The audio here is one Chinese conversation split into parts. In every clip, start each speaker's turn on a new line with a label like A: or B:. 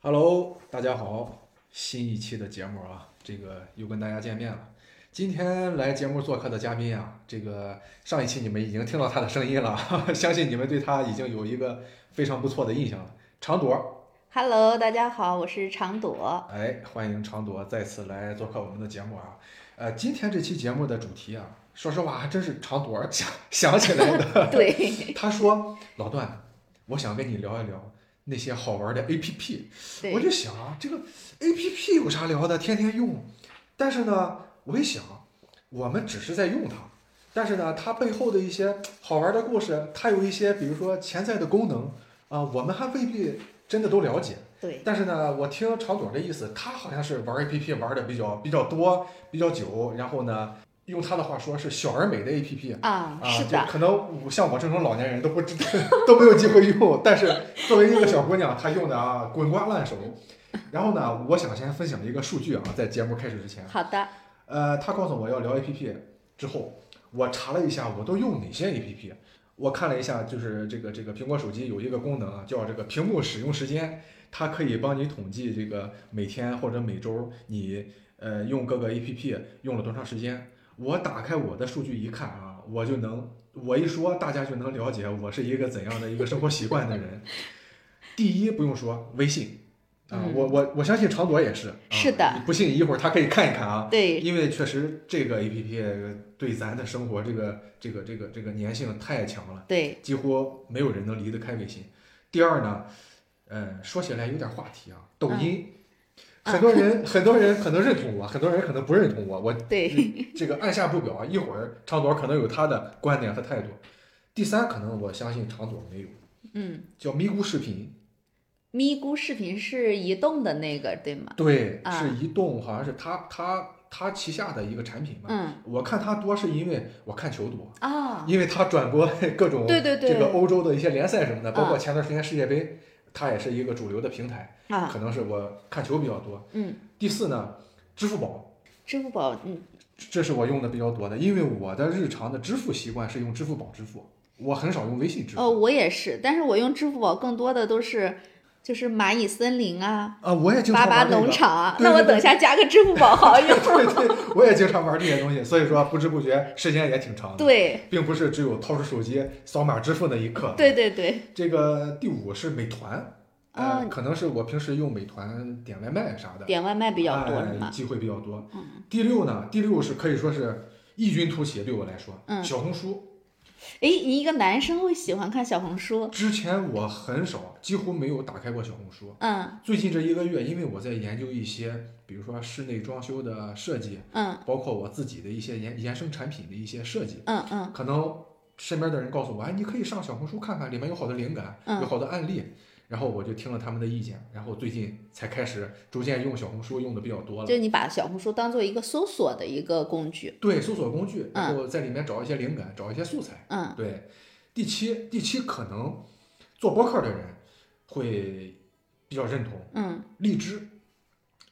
A: Hello，大家好，新一期的节目啊，这个又跟大家见面了。今天来节目做客的嘉宾啊，这个上一期你们已经听到他的声音了， 相信你们对他已经有一个非常不错的印象了。长朵，
B: Hello，大家好，我是 常朵。
A: 哎，欢迎长朵再次来做客我们的节目啊。呃，今天这期节目的主题啊，说实话还真是长朵 想想起来的。
B: 对，
A: 他说：“老段，我想跟你聊一聊那些好玩的 APP。”我
B: 对，
A: 就想啊，这个 A P P 有啥聊的，天天用。但是呢，我一想，我们只是在用它，但是呢，它背后的一些好玩的故事，它有一些比如说潜在的功能啊、我们还未必真的都了解。
B: 对，
A: 但是呢，我听长朵的意思，他好像是玩 A P P 玩的比较比较多、比较久，然后呢，用他的话说是小而美的 A P P。
B: 啊，
A: 啊，
B: 是
A: 就
B: 的，
A: 可能我像我这种老年人都不知道，都没有机会用。但是作为一个小姑娘，她用的啊滚瓜烂熟。然后呢，我想先分享一个数据啊，在节目开始之前，
B: 好的，
A: 呃，她告诉我要聊 A P P 之后，我查了一下我都用哪些 A P P。我看了一下，就是这个这个苹果手机有一个功能啊，叫这个屏幕使用时间，它可以帮你统计这个每天或者每周你呃用各个 A P P 用了多长时间。我打开我的数据一看啊，我就能，我一说大家就能了解我是一个怎样的一个生活习惯的人。 第一不用说，微信啊，
B: 嗯
A: 我我我相信常朵也是，啊、
B: 是的，
A: 不信一会儿他可以看一看啊，
B: 对，
A: 因为确实这个 A P P 对咱的生活这个这个这个这个粘性太强了，
B: 对，
A: 几乎没有人能离得开微信。第二呢，嗯，说起来有点话题啊，抖音，
B: 嗯
A: 很多人、很多人可能认同我，很多人可能不认同我，我
B: 对，
A: 这个按下不表，啊一会儿长朵可能有他的观点和态度。第三，可能我相信长朵没有，
B: 嗯，
A: 叫咪咕视频，
B: 咪咕视频是移动的那个，对吗？
A: 对，
B: 啊
A: 是移动，好像是他他他旗下的一个产品吧。
B: 嗯，
A: 我看他多是因为我看球多，
B: 啊，
A: 因为他转播各种
B: 对对
A: 这个
B: 对，
A: 欧洲的一些联赛什么的，包括
B: 啊
A: 前段时间世界杯，它也是一个主流的平台，
B: 啊，
A: 可能是我看球比较多。
B: 嗯，
A: 第四呢，支付宝，
B: 支付宝，嗯，
A: 这是我用的比较多的，因为我的日常的支付习惯是用支付宝支付，我很少用微信支付。
B: 哦，我也是，但是我用支付宝更多的都是就是蚂蚁森林啊、
A: 啊，我也经
B: 八
A: 常
B: 八
A: 玩这
B: 农
A: 个。
B: 场啊，
A: 对
B: 那我
A: 对对
B: 等一下加个支付宝好 友。
A: 对 对，我也经常玩这些东西，所以说不知不觉时间也挺长的，
B: 对，
A: 并不是只有掏出手机扫码支付那一刻。
B: 对对对，
A: 这个第五是美团，呃，
B: 啊
A: 可能是我平时用美团点外卖啥的，
B: 点外卖比较多
A: 哎
B: 是嗯吗？
A: 机会比较多。第六呢，第六是可以说是异军突起，对我来说，
B: 嗯
A: 小红书
B: 哎，你一个男生会喜欢看小红书？
A: 之前我很少，几乎没有打开过小红书。
B: 嗯
A: 最近这一个月，因为我在研究一些，比如说室内装修的设计，
B: 嗯
A: 包括我自己的一些衍衍生产品的一些设计，
B: 嗯嗯。
A: 可能身边的人告诉我，哎，你可以上小红书看看，里面有好的灵感，
B: 嗯
A: 有好的案例。然后我就听了他们的意见，然后最近才开始逐渐用小红书用的比较多了。
B: 就是你把小红书当做一个搜索的一个工具。
A: 对，搜索工具，然
B: 嗯
A: 后在里面找一些灵感，找一些素材。
B: 嗯
A: 对，第七，第七可能做播客的人会比较认同
B: 嗯
A: 荔枝，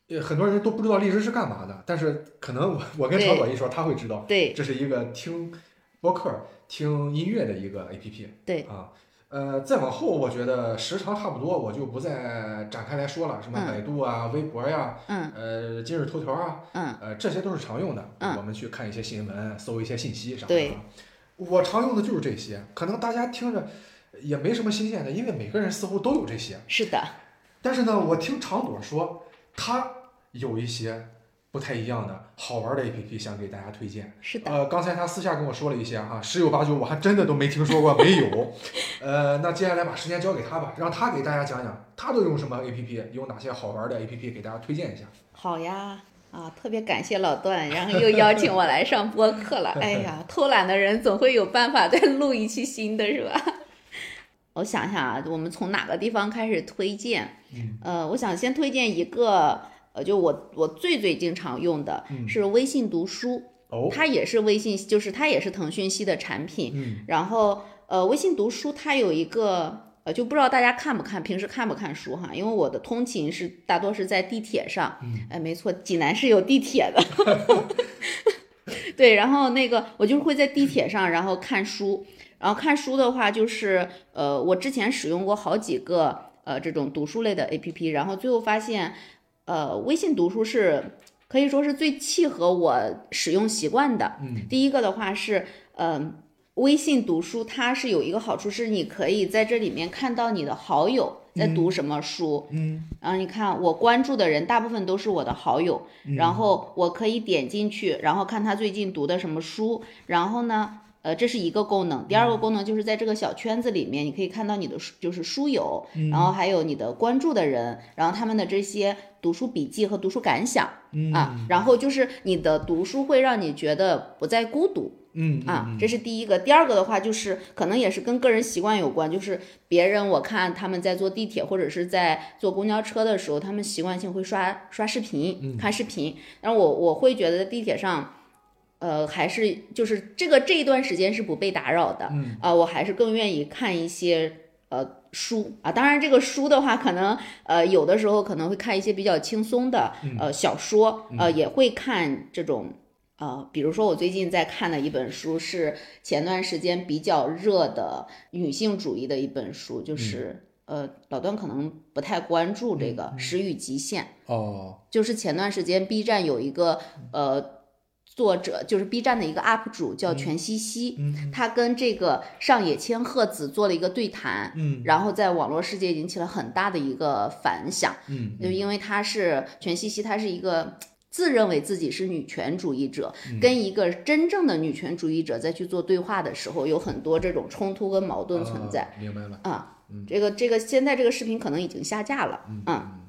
A: 呃，很多人都不知道荔枝是干嘛的，但是可能我我跟
B: 对
A: 常宝一说，他会知道，
B: 对
A: 这是一个听播客、听音乐的一个 A P P。
B: 对
A: 啊。呃，再往后，我觉得时长差不多，我就不再展开来说了。什么
B: 嗯
A: 百度啊、微博呀、
B: 嗯
A: 呃，今日头条啊，
B: 嗯
A: 呃，这些都是常用的。
B: 嗯
A: 我们去看一些新闻，搜一些信息啥的。啊
B: 对。
A: 我常用的就是这些，可能大家听着也没什么新鲜的，因为每个人似乎都有这些。
B: 是的，
A: 但是呢，我听常朵说，她有一些不太一样的好玩的 APP 想给大家推荐。
B: 是的，
A: 呃，刚才她私下跟我说了一些哈，十有八九我还真的都没听说过，没 有。呃，那接下来把时间交给她吧，让她给大家讲讲她都用什么 APP，有哪些好玩的 APP 给大家推荐一下。
B: 好呀。啊，特别感谢老段，然后又邀请我来上播 客了。哎呀，偷懒的人总会有办法再录一期新的，是吧？ 我想想啊，我们从哪个地方开始推荐？
A: 嗯
B: 呃，我想先推荐一个，呃，就我我最最经常用的
A: 嗯，
B: 是微信读书，
A: 哦，
B: 它也是微信，就是它也是腾讯系的产品。
A: 嗯
B: 然后呃，微信读书它有一个呃，就不知道大家看不看，平时看不看书哈？因为我的通勤是大多是在地铁上，
A: 嗯
B: 哎，没错，济南是有地铁的。 对，然后那个我就是会在地铁上，然后看书，然后看书的话就是，呃，我之前使用过好几个呃这种读书类的 APP，然后最后发现，呃，微信读书是可以说是最契合我使用习惯的。
A: 嗯，
B: 第一个的话是，嗯，微信读书它是有一个好处是，你可以在这里面看到你的好友在读什么书。
A: 嗯，
B: 然后你看我关注的人大部分都是我的好友，
A: 嗯
B: 然后我可以点进去，然后看他最近读的什么书。然后呢，呃，这是一个功
A: 嗯
B: 能。第二个功能就是在这个小圈子里面，你可以看到你的书，就是书友，
A: 嗯
B: 然后还有你的关注的人，然后他们的这些读书笔记和读书感想。
A: 嗯
B: 啊，然后就是你的读书会让你觉得不再孤独
A: 嗯
B: 啊，这是第一个。第二个的话，就是可能也是跟个人习惯有关，就是别人我看他们在坐地铁或者是在坐公交车的时候，他们习惯性会刷刷视频、
A: 嗯
B: 看视频，但是我我会觉得地铁上。呃，还是就是这个这一段时间是不被打扰的，
A: 嗯
B: 啊、我还是更愿意看一些呃书啊。当然，这个书的话，可能呃有的时候可能会看一些比较轻松的
A: 嗯
B: 呃小说，呃也会看这种呃，比如说我最近在看的一本书是前段时间比较热的女性主义的一本书，就是、呃老段可能不太关注这个《食与极限》。
A: 哦，
B: 就是前段时间 B 站有一个呃作者，就是 B 站的一个 UP 主叫全西西，他跟这个上野千鹤子做了一个对谈，
A: 嗯
B: 然后在网络世界引起了很大的一个反响，
A: 嗯
B: 就因为她是全西西，她是一个。自认为自己是女权主义者，
A: 嗯
B: 跟一个真正的女权主义者再去做对话的时候，有很多这种冲突跟矛盾存在。
A: 啊，明白了，
B: 啊
A: 嗯，
B: 这个这个现在这个视频可能已经下架了，啊
A: 嗯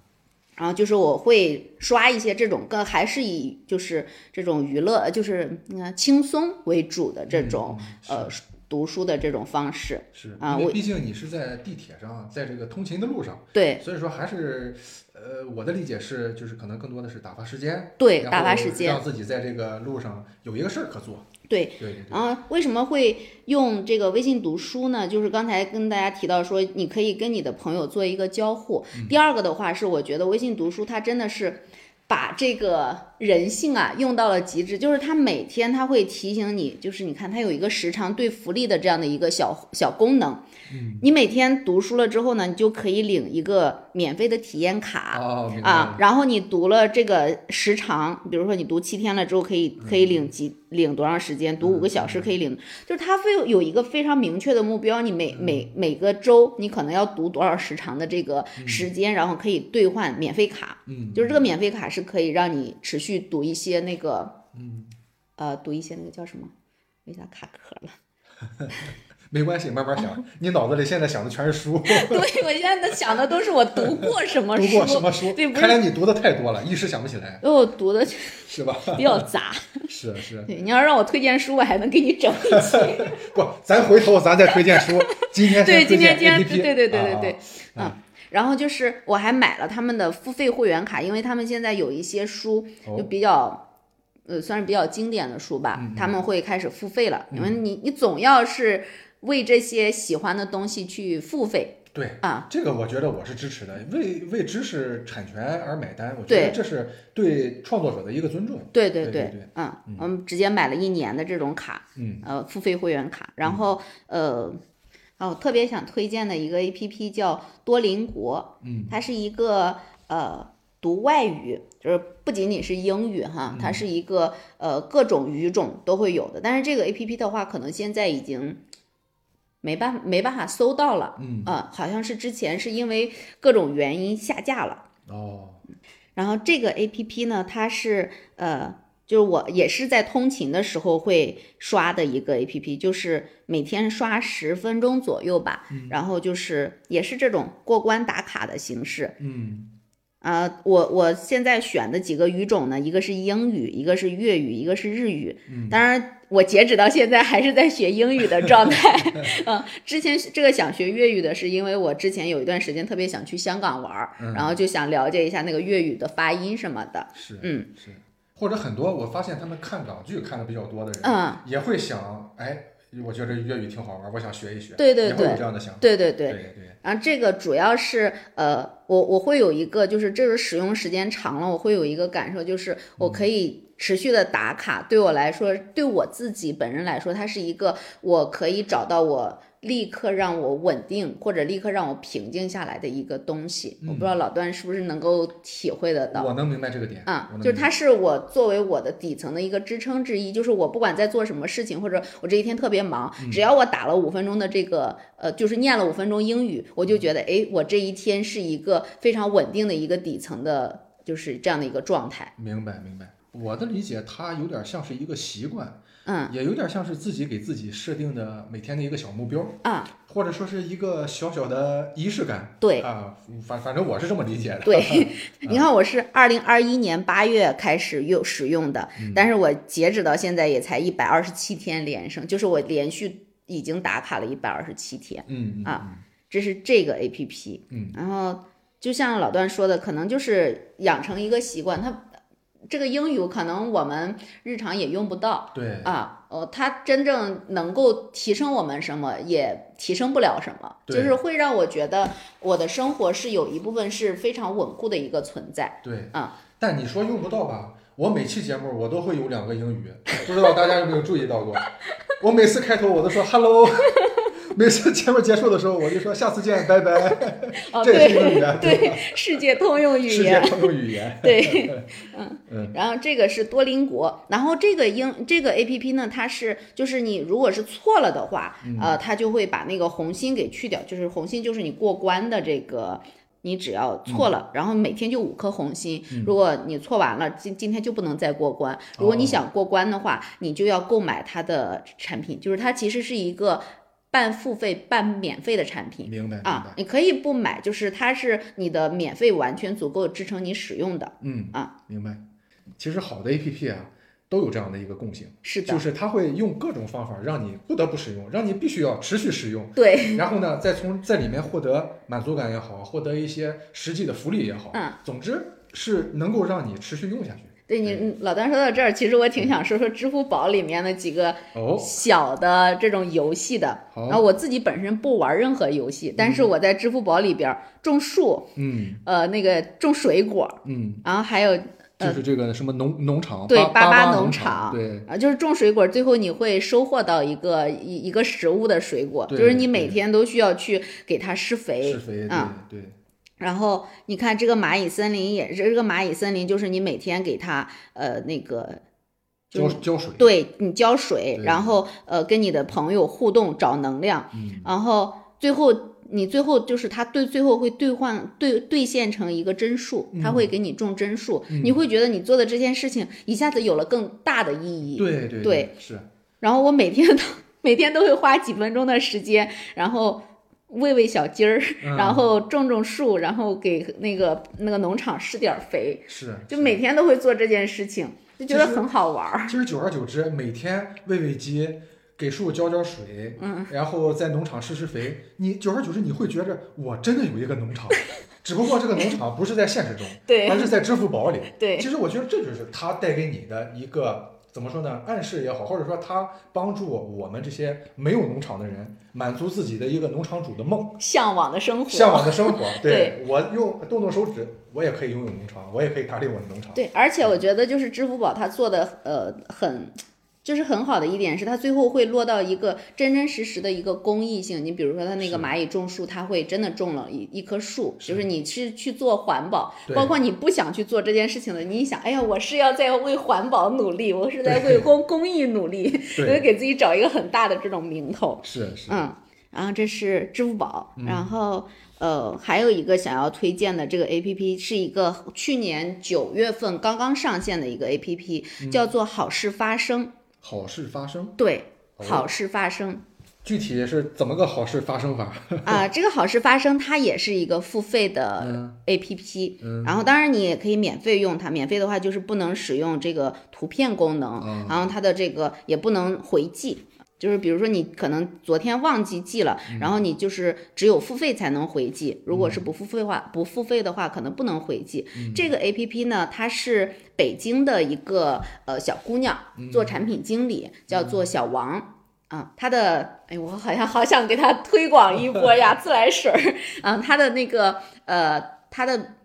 B: 然后就是我会刷一些这种更还是以就是这种娱乐，就是嗯轻松为主的这种、
A: 嗯
B: 呃读书的这种方式。
A: 是
B: 啊
A: 因为
B: 我
A: 毕竟你是在地铁上，在这个通勤的路上，
B: 对
A: 所以说还是呃，我的理解是，就是可能更多的是打发时间，
B: 对，
A: 然
B: 打发
A: 后
B: 时间
A: 让。自己在这个路上有一个事儿可做。
B: 对
A: 对对对，
B: 然后啊为什么会用这个微信读书呢？就是刚才跟大家提到说，你可以跟你的朋友做一个交互。
A: 嗯
B: 第二个的话是，我觉得微信读书它真的是把这个人性啊用到了极致，就是它每天它会提醒你，就是你看它有一个时长对福利的这样的一个小小功能。
A: 嗯
B: 你每天读书了之后呢，你就可以领一个免费的体验卡。
A: 哦，明白
B: 啊，
A: 了，
B: 然后你读了这个时长，比如说你读七天了之后，可
A: 嗯
B: 以可以领几领多长时间？读五个小时可以领，就是它会有有一个非常明确的目标，你
A: 嗯
B: 每每每个周你可能要读多少时长的这个时间，然后可以兑换免费卡，
A: 嗯，
B: 就是这个免费卡是可以让你持续读一些那个，
A: 嗯，
B: 呃，读一些那个叫什么？为啥卡壳了？
A: 没关系，慢慢
B: 哦
A: 想。你脑子里现在想的全是书，
B: 对我现在都想的都是我读过什么
A: 读
B: 书
A: 过，什么书？
B: 对不是
A: 看来你读的太多了，一时想不起来，
B: 因为我读的
A: 是吧？
B: 比较杂。
A: 是是，
B: 对，你要让我推荐书，我还能给你整一期。
A: 不，咱回头咱再推荐书。 今天
B: 对，
A: 先推
B: 今天
A: 荐
B: 今天
A: A P
B: 对
A: P，
B: 对对对对，
A: 啊
B: 嗯。然后就是我还买了他们的付费会员卡，因为他们现在有一些书
A: 哦嗯
B: 就比较，呃，算是比较经典的书吧，他们会开始付费了，因为你你总要是为这些喜欢的东西去付费
A: 对。
B: 啊，
A: 这个我觉得我是支持的，为为知识产权而买单，我觉得
B: 对
A: 这是对创作者的一个尊重。
B: 对对
A: 对对对
B: 嗯，我们直接买了一年的这种卡，
A: 嗯，
B: 呃，付费会员卡，然后呃。哦，我特别想推荐的一个 A P P 叫多邻国，
A: 嗯，
B: 它是一个呃读外语，就是不仅仅是英语哈，
A: 嗯
B: 它是一个呃各种语种都会有的。但是这个 A P P 的话，可能现在已经没办没办法搜到了，
A: 嗯，
B: 呃，好像是之前是因为各种原因下架了。
A: 哦，
B: 然后这个 A P P 呢，它是呃，就是我也是在通勤的时候会刷的一个 A P P，就是每天刷十分钟左右吧。然后就是也是这种过关打卡的形式。
A: 嗯，
B: 啊，我我现在选的几个语种呢，一个是英语，一个是粤语，一个是日语。当然，我截止到现在还是在学英语的状态。嗯，之前这个想学粤语的是因为我之前有一段时间特别想去香港玩儿，然后就想了解一下那个粤语的发音什么的。
A: 是，
B: 嗯
A: 是，或者很多我发现他们看港剧看的比较多的人，
B: 嗯，
A: 也会想，哎，我觉得粤语挺好玩，我想学一学，
B: 对对
A: 也会有
B: 对
A: 这样的想法，
B: 对对
A: 对
B: 对。
A: 对，
B: 然后这个主要是呃，我我会有一个就是这个使用时间长了，我会有一个感受，就是我可以持续的打卡，对我来说，对我自己本人来说，它是一个我可以找到我立刻让我稳定或者立刻让我平静下来的一个东西。我不知道老段是不是能够体会得到。
A: 我能明白这个点
B: 啊、
A: 我能
B: 就是
A: 明
B: 它是我作为我的底层的一个支撑之一，就是我不管在做什么事情，或者我这一天特别忙，
A: 嗯
B: 只要我打了五分钟的这个呃，就是念了五分钟英语，我就觉
A: 嗯
B: 得哎，我这一天是一个非常稳定的一个底层的，就是这样的一个状态。
A: 明白明白。我的理解，它有点像是一个习惯，
B: 嗯
A: 也有点像是自己给自己设定的每天的一个小目标，
B: 啊，
A: 或者说是一个小小的仪式感。
B: 对
A: 啊，反反正我是这么理解的。
B: 对，
A: 嗯
B: 你看我是二零二一年八月开始用使用的，
A: 嗯
B: 但是我截止到现在也才一百二十七天连胜，就是我连续已经打卡了一百二十七天。
A: 嗯嗯
B: 啊这是这个 A P P。
A: 嗯，
B: 然后就像老段说的，可能就是养成一个习惯，它这个英语可能我们日常也用不到
A: 嗯对
B: 啊，哦，它真正能够提升我们什么，也提升不了什么，就
A: 对
B: 是会让我觉得我的生活是有一部分是非常稳固的一个存在。
A: 对
B: 啊。
A: 但你说用不到吧？我每期节目我都会有两个英语，不知道大家有没有注意到过？我每次开头我都说 hello，每次节目结束的时候我就说下次见，拜拜。
B: 哦，
A: 这也是
B: 对
A: 一种语言，
B: 对， 世界通用语
A: 世界
B: 言。
A: 通用语 言。
B: 对，
A: 嗯
B: 然后这个是多邻国，然后这个英这个 A P P 呢，它是就是你如果是错了的话，
A: 嗯
B: 呃，它就会把那个红心给去掉，就是红心就是你过关的这个。你只要错
A: 嗯
B: 了，然后每天就五颗红心。如果你错完了，今今天就不能再过关。如果你
A: 哦
B: 想过关的话，你就要购买它的产品，就是它其实是一个半付费半免费的产品。
A: 明白明
B: 啊
A: 白，。
B: 你可以不买，就是它是你的免费完全足够支撑你使用的。
A: 嗯
B: 啊，
A: 明白。其实好的 APP 啊，都有这样的一个共性，
B: 是的，
A: 就是它会用各种方法让你不得不使用，让你必须要持续使用。
B: 对，
A: 然后呢，再从在里面获得满足感也好，获得一些实际的福利也好，
B: 嗯，
A: 总之是能够让你持续用下去。
B: 对你
A: 嗯
B: 你老段说到这儿，其实我挺想说说支付宝里面的几个
A: 哦，
B: 小的这种游戏的。然
A: 好，
B: 后我自己本身不玩任何游戏，但是我在支付宝里边儿种树，
A: 嗯
B: 呃，那个种水果，
A: 嗯，
B: 然后还有呃
A: 就是这个什么农农场，
B: 对
A: 巴
B: 巴巴
A: 巴
B: 农
A: 场，
B: 场
A: 对，
B: 啊，就是种水果，最后你会收获到一个一一个食物的水果，就
A: 对
B: 是你每
A: 对
B: 天都需要去给它施肥
A: 施，肥，对
B: 嗯
A: 对，
B: 然后你看这个蚂蚁森林也是，这个蚂蚁森林就是你每天给它呃那个，就
A: 浇
B: 是
A: 浇水，
B: 对你浇水，
A: 对
B: 然后呃跟你的朋友互动找能量，
A: 嗯，
B: 然后最后你最后就是它对最后会兑换兑兑现成一个帧数，
A: 嗯
B: 它会给你种帧数，你会觉得你做的这件事情一下子有了更大的意义。
A: 对对
B: 对，
A: 是，
B: 然后我每天都 每天都会花几分钟的时间，然后喂喂小鸡儿，
A: 嗯
B: 然后种种树，然后给那个那个农场施点儿肥，
A: 是，
B: 就是每天都会做这件事情，就觉得
A: 其实
B: 很好玩儿。
A: 其实久而久之，每天喂喂鸡，给树浇浇水，嗯，然后在农场施施肥，你久而久之你会觉着我真的有一个农场，只不过这个农场不是在现实中，
B: 对
A: 而是在支付宝里。
B: 对，
A: 其实我觉得这就是它带给你的一个怎么说呢，暗示也好，或者说它帮助我们这些没有农场的人满足自己的一个农场主的梦，
B: 向往的生活，
A: 向往的生 活。对我用动动手指，我也可以拥有农场，我也可以打理我的农场。
B: 对，而且我觉得就是支付宝它做的呃很。就是很好的一点是，它最后会落到一个真真实实的一个公益性。你比如说，它那个
A: 是
B: 蚂蚁种树，它会真的种了一一棵树，
A: 是
B: 就是你是去做环保，
A: 对
B: 包括你不想去做这件事情的，你一想，哎呀，我是要在为环保努力，我是在为 公公益努力， 所以
A: 对，
B: 给自己找一个很大的这种名头。
A: 是是，嗯
B: 嗯，然后这是支付宝，然后呃，还有一个想要推荐的这个 A P P 是一个去年九月份刚刚上线的一个 A P P，叫
A: 嗯
B: 做好事发生。
A: 好事发生，
B: 对，
A: 哦
B: 好事发生
A: 具体是怎么个好事发生法？
B: 啊、这个好事发生它也是一个付费的 A P P，、然后当然你也可以免费用它，免费的话就是不能使用这个图片功能，
A: 哦
B: 然后它的这个也不能回寄。就是比如说你可能昨天忘记寄了，然后你就是只有付费才能回寄，如果是不付费的话，不付费的话可能不能回寄。这个 A P P 呢，它是北京的一个呃小姑娘做产品经理，叫做小王。啊，她的哎，我好像好想给她推广一波呀，自来水儿。啊，她的那个呃，她的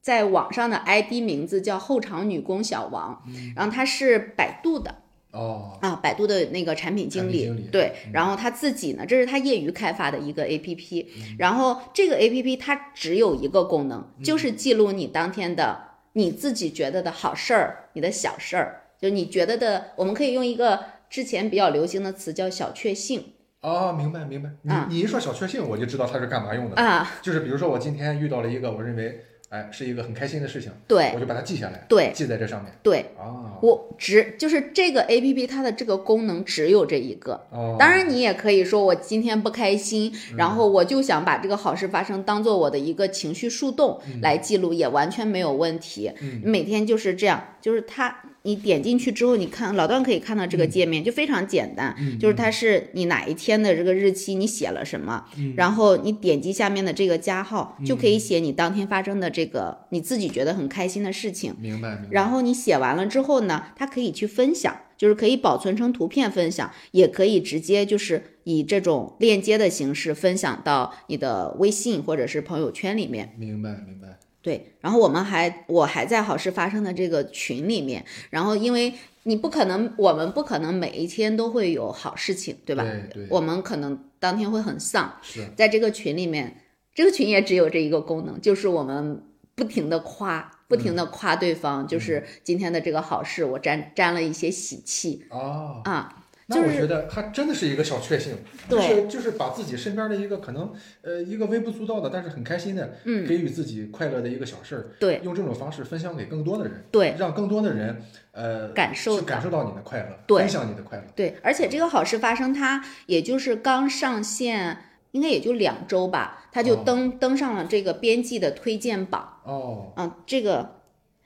B: 在网上的 ID 名字叫后场女工小王，然后她是百度的，
A: 哦，
B: 啊，百度的那个产品经理，
A: 产品经理
B: 对
A: 嗯，
B: 然后他自己呢，这是他业余开发的一个 A P P，、然
A: 嗯
B: 后这个 A P P 它只有一个功能，就是
A: 嗯
B: 记录你当天的你自己觉得的好事儿，你的小事儿，就你觉得的，我们可以用一个之前比较流行的词叫小确幸
A: 哦，明白明白。你
B: 啊
A: 你一说小确幸，我就知道它是干嘛用的 了。
B: 啊，
A: 就是比如说我今天遇到了一个我认为哎是一个很开心的事情，
B: 对
A: 我就把它记下来，
B: 对
A: 记在这上面。
B: 对，
A: 啊，
B: 我只就是这个 A P P 它的这个功能只有这一个。
A: 哦，嗯
B: 当然，你也可以说我今天不开心，然后我就想把这个好事发生当做我的一个情绪树洞来记录，也完全没有问题。
A: 嗯
B: 每天就是这样，就是它，你点进去之后，你看老段可以看到这个界面，就非常简单，
A: 嗯
B: 就是它是你哪一天的这个日期，你写了什么，
A: 嗯
B: 然后你点击下面的这个加号，就可以写你当天发生的这个你自己觉得很开心的事情。
A: 明白明白。
B: 然后你写完了之后呢，它可以去分享，就是可以保存成图片分享，也可以直接就是以这种链接的形式分享到你的微信或者是朋友圈里面。
A: 明白明白，
B: 对，然后我们还我还在好事发生的这个群里面，然后因为你不可能，我们不可能每一天都会有好事情，对吧？
A: 对对
B: 我们可能当天会很丧，
A: 是
B: 在这个群里面，这个群也只有这一个功能，就是我们不停的夸，不停的夸对方，
A: 嗯
B: 就是今天的这个好事，我沾沾了一些喜气
A: 哦。
B: 啊，
A: 那
B: 就
A: 我
B: 是
A: 觉得它真的是一个小确幸，就是就是把自己身边的一个可能呃一个微不足道的，但是很开心的，
B: 嗯，
A: 给予自己快乐的一个小事儿，
B: 对
A: 用这种方式分享给更多的人，
B: 对，
A: 让更多的人呃
B: 感受
A: 去感受到你的快乐，
B: 对
A: 分享你的快乐。
B: 对，而且这个好事发生，它也就是刚上线，应该也就两周吧，它就
A: 哦
B: 登、登上了这个编辑的推荐榜。
A: 哦，
B: 啊，这个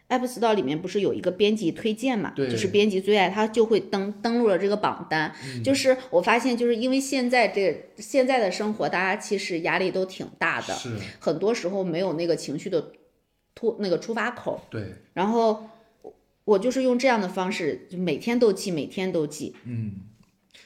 B: App Store 里面不是有一个编辑推荐嘛？
A: 对
B: 就是编辑最爱，它就会登登录了这个榜单。
A: 嗯
B: 就是我发现，就是因为现在这现在的生活，大家其实压力都挺大的，
A: 是，
B: 很多时候没有那个情绪的突那个出发口。
A: 对，
B: 然后我我就是用这样的方式，就每天都记，每天都记。
A: 嗯，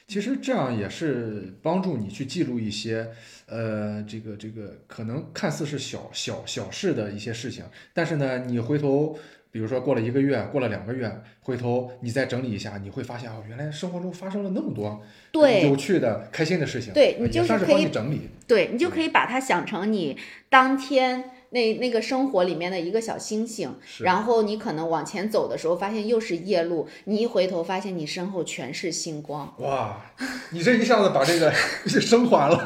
A: 其实这样也是帮助你去记录一些，呃，这个这个可能看似是小小小事的一些事情，但是呢，你回头，比如说过了一个月，过了两个月，回头你再整理一下，你会发现哦，原来生活中发生了那么多
B: 对，
A: 有趣的、开心的事情，呃
B: 对你
A: 也
B: 就是
A: 算是
B: 可
A: 帮
B: 以
A: 你整 理，
B: 对你就可以把它想成你当天那那个生活里面的一个小星星，
A: 是
B: 然后你可能往前走的时候，发现又是夜路，你一回头发现你身后全是星光，
A: 哇，你这一下子把这个 升华了，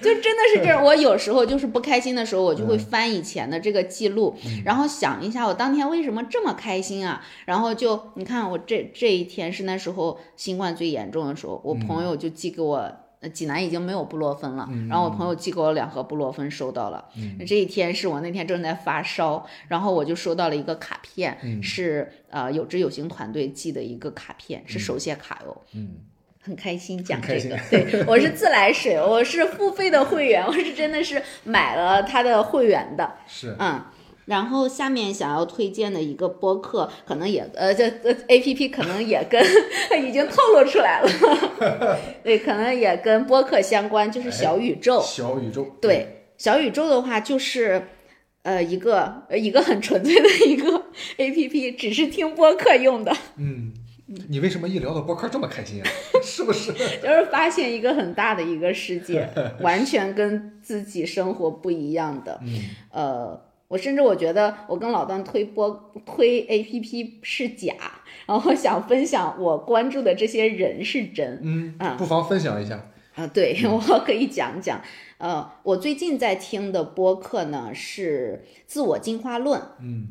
B: 就真的是这样。我有时候就是不开心的时候，我就
A: 嗯
B: 会翻以前的这个记录，然后想一下我当天为什么这么开心啊？然后就你看我这这一天是那时候新冠最严重的时候，
A: 嗯
B: 我朋友就寄给我。呃济南已经没有布洛芬了，然后我朋友寄给我两盒布洛芬，收到了。
A: 嗯
B: 这一天是我那天正在发烧，然后我就收到了一个卡片，
A: 嗯
B: 是呃有知有行团队寄的一个卡片，是手写卡哦哟、
A: 嗯，
B: 很开心讲
A: 很
B: 这
A: 开
B: 个， 对我是自来水，我是付费的会员，我 是真的是买了他的会员的，
A: 是，
B: 嗯，然后下面想要推荐的一个播客，可能也呃，这这 A P P 可能也跟 已经透露出来了， 对，可能也跟播客相关，就是小宇宙，
A: 小宇宙，
B: 哦对，小宇宙的话就是。呃，一个呃一个很纯粹的一个 A P P，只是听播客用的，
A: 嗯，你为什么一聊到播客这么开心啊？ 是不是？
B: 就是发现一个很大的一个世界，完全跟自己生活不一样的。
A: 嗯，
B: 呃，我甚至我觉得我跟老段推播推 A P P 是假，然后想分享我关注的这些人是真。
A: 嗯
B: 啊，
A: 不妨分享一下。
B: 啊，对 我可以讲讲。呃，我最近在听的播客呢是《自我进化论》，
A: 嗯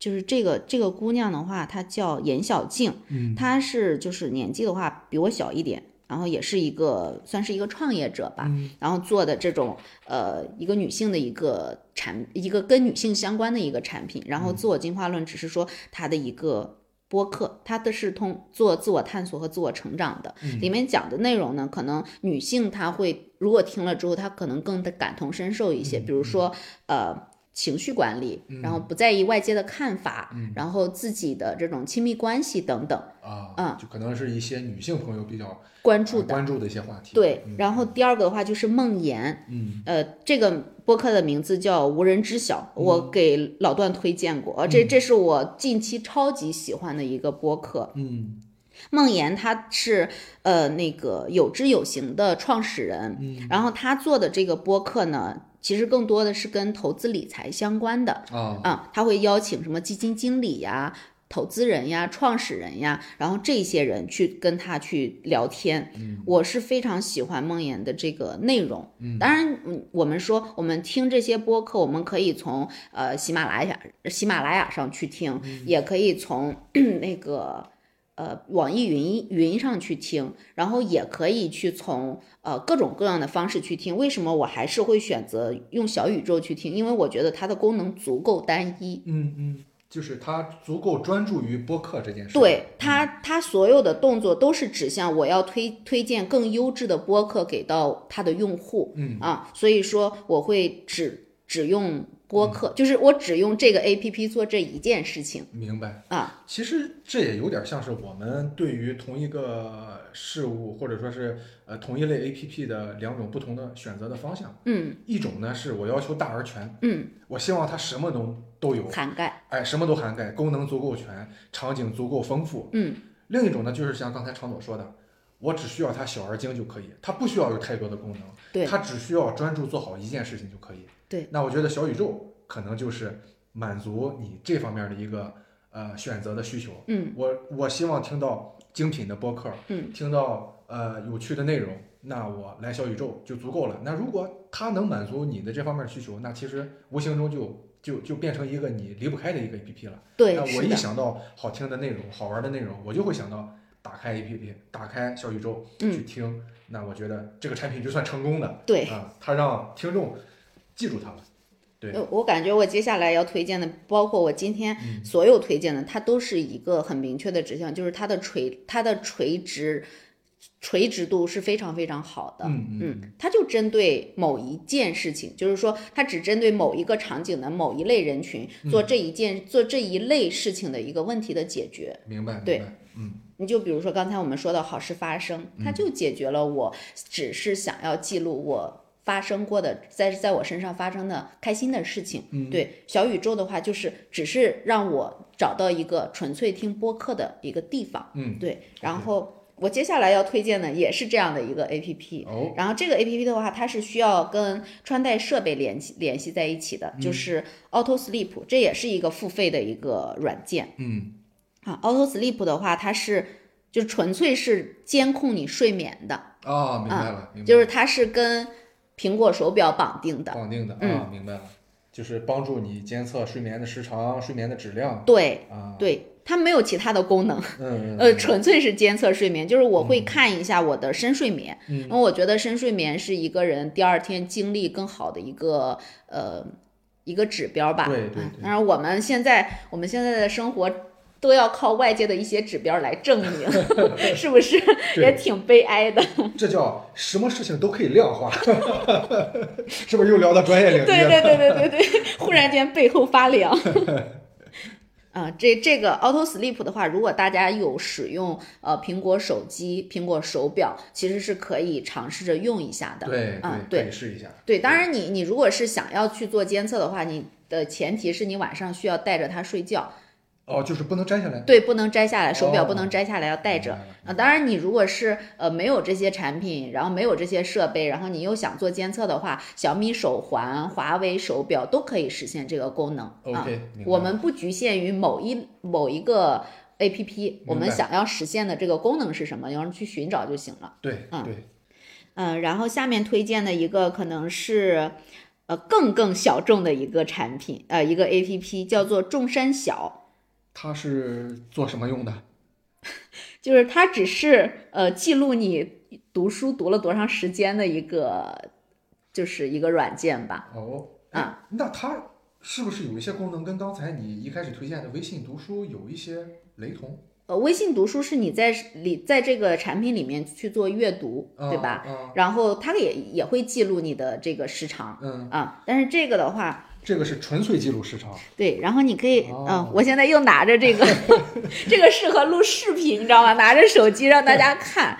B: 就是这个这个姑娘的话，她叫严小静，
A: 嗯
B: 她是就是年纪的话比我小一点，然后也是一个算是一个创业者吧，
A: 嗯
B: 然后做的这种呃一个女性的一个产一个跟女性相关的一个产品，
A: 嗯
B: 然后自我进化论只是说它的一个播客，它的是通做自我探索和自我成长的，
A: 嗯
B: 里面讲的内容呢，可能女性她会如果听了之后，她可能更的感同身受一
A: 嗯
B: 些，比如说呃。情绪管理，然后不在意外界的看法，
A: 嗯
B: 然后自己的这种亲密关系等等，
A: 啊，
B: 嗯
A: 就可能是一些女性朋友比较
B: 关注的。
A: 关注的一些话题。
B: 对，
A: 啊嗯
B: 然后第二个的话就是梦魇，
A: 嗯
B: 呃，这个播客的名字叫《无人知晓》，
A: 嗯
B: 我给呃老段推荐过，这这是我近期超级喜欢的一个播客。
A: 嗯
B: 梦岩他是呃那个有知有行的创始人，
A: 嗯
B: 然后他做的这个播客呢，其实更多的是跟投资理财相关的
A: 啊，
B: 啊、他会邀请什么基金经理呀、投资人呀、创始人呀，然后这些人去跟他去聊天。
A: 嗯
B: 我是非常喜欢梦妍的这个内容。
A: 嗯
B: 当然，嗯我们说我们听这些播客，我们可以从呃喜马拉雅喜马拉雅上去听，
A: 嗯
B: 也可以从 那个呃网易云云上去听，然后也可以去从呃各种各样的方式去听。为什么我还是会选择用小宇宙去听？因为我觉得它的功能足够单一。
A: 嗯嗯，就是他足够专注于播客这件事。
B: 对它，它所有的动作都是指向我要推推荐更优质的播客给到它的用户。
A: 嗯，
B: 啊，所以说我会只只用播
A: 嗯
B: 客，就是我只用这个 A P P 做这一件事情
A: 明白。
B: 啊。
A: 其实这也有点像是我们对于同一个事物或者说是呃同一类 APP 的两种不同的选择的方向。
B: 嗯
A: 一种呢是我要求大而全，
B: 嗯，
A: 我希望它什么都都有，
B: 涵盖，
A: 哎，什么都涵盖，功能足够全，场景足够丰富。
B: 嗯
A: 另一种呢就是像刚才常总说的，我只需要它小而精就可以，它不需要有太多的功能。
B: 对
A: 他只需要专注做好一件事情就可以。
B: 对，
A: 那我觉得小宇宙可能就是满足你这方面的一个呃选择的需求。
B: 嗯
A: 我我希望听到精品的播客，
B: 嗯，
A: 听到呃有趣的内容，那我来小宇宙就足够了。那如果它能满足你的这方面的需求，那其实无形中就就就变成一个你离不开的一个 APP 了。
B: 对
A: 那，我
B: 是
A: 一
B: 的，
A: 想到好听的内容、好玩的内容，我就会想到打开 APP，打开小宇宙去
B: 嗯
A: 听。那我觉得这个产品就算成功的。
B: 对。
A: 啊，他让听众记住他了。对
B: 呃我感觉我接下来要推荐的，包括我今天
A: 嗯
B: 所有推荐的，它都是一个很明确的指向，就是它的垂它的垂直垂直度是非常非常好的。
A: 嗯嗯，
B: 嗯，它就针对某一件事情，就是说，它只针对某一个场景的某一类人群
A: 嗯
B: 做这一件、做这一类事情的一个问题的解决。
A: 明白明
B: 对
A: 白。嗯
B: 你就比如说刚才我们说的好事发生，它就解决了我只是想要记录我发生过的，在在我身上发生的开心的事情。
A: 嗯，
B: 对，小宇宙的话就是只是让我找到一个纯粹听播客的一个地方。
A: 嗯
B: 对，然后我接下来要推荐的也是这样的一个 A P P。
A: 哦，
B: 然后这个 A P P 的话，它是需要跟穿戴设备联系联系在一起
A: 嗯
B: 的，就是 Auto Sleep，这也是一个付费的一个软件
A: 嗯
B: 啊。Auto Sleep 的话，它是就纯粹是监控你睡眠的，
A: 啊，明白了，明白了
B: 就是它是跟苹果手表绑定的。
A: 绑定的啊，
B: 嗯
A: 明白了，就是帮助你监测睡眠的时长、睡眠的质量
B: 对
A: 啊。，
B: 对，它没有其他的功能，
A: 嗯嗯，
B: 呃，
A: 嗯
B: 纯粹是监测睡眠，就是我会看一下我的深睡眠，
A: 嗯
B: 因为我觉得深睡眠是一个人第二天精力更好的一个呃一个指标吧。
A: 对对
B: 嗯
A: 对
B: 当然，我们现在我们现在的生活都要靠外界的一些指标来证 明，是不是
A: 对
B: 也挺悲哀的？
A: 这叫什么事情都可以量化， 是不是又聊到专业 领域
B: 对
A: 了？
B: 对对对对对，忽然间背后发凉。 啊，这这个 Auto Sleep 的话，如果大家有使用呃苹果手机、苹果手表，其实是可以尝试着用一下的。
A: 对
B: 嗯
A: 对，
B: 对
A: 可以试一下。
B: 对，当然你你如果是想要去做监测的话，你的前提是你晚上需要带着它睡觉，
A: 哦，就是不能摘下来。
B: 对，不能摘下来，手表
A: 哦
B: 不能摘下来，要带着。
A: 明
B: 啊、
A: 白了
B: 当然你如果是呃没有这些产品，然后没有这些设备，然后你又想做监测的话，小米手环、华为手表都可以实现这个功能啊。
A: OK，明白哦
B: 我们不局限于某一某一个 A P P，我们
A: 明白
B: 想要实现的这个功能是什么，然后去寻找就行了。
A: 对
B: 嗯
A: 对，
B: 嗯，然后下面推荐的一个可能是，呃，更更小众的一个产品，呃，一个 A P P 叫做众山小，
A: 它是做什么用的？
B: 就是它只是呃记录你读书读了多长时间的一个，就是一个软件吧。
A: 哦，
B: 啊
A: 哎，那它是不是有一些功能跟刚才你一开始推荐的微信读书有一些雷同？
B: 呃，微信读书是你在里在这个产品里面去做阅读，
A: 啊、
B: 对吧？
A: 啊，
B: 然后它也也会记录你的这个时长
A: 嗯，
B: 啊，但是这个的话，
A: 这个是纯粹记录时长。
B: 对，然后你可以，嗯、
A: 哦
B: 我现在又拿着 这个，这个适合录视频，你知道吗？拿着手机让大家看。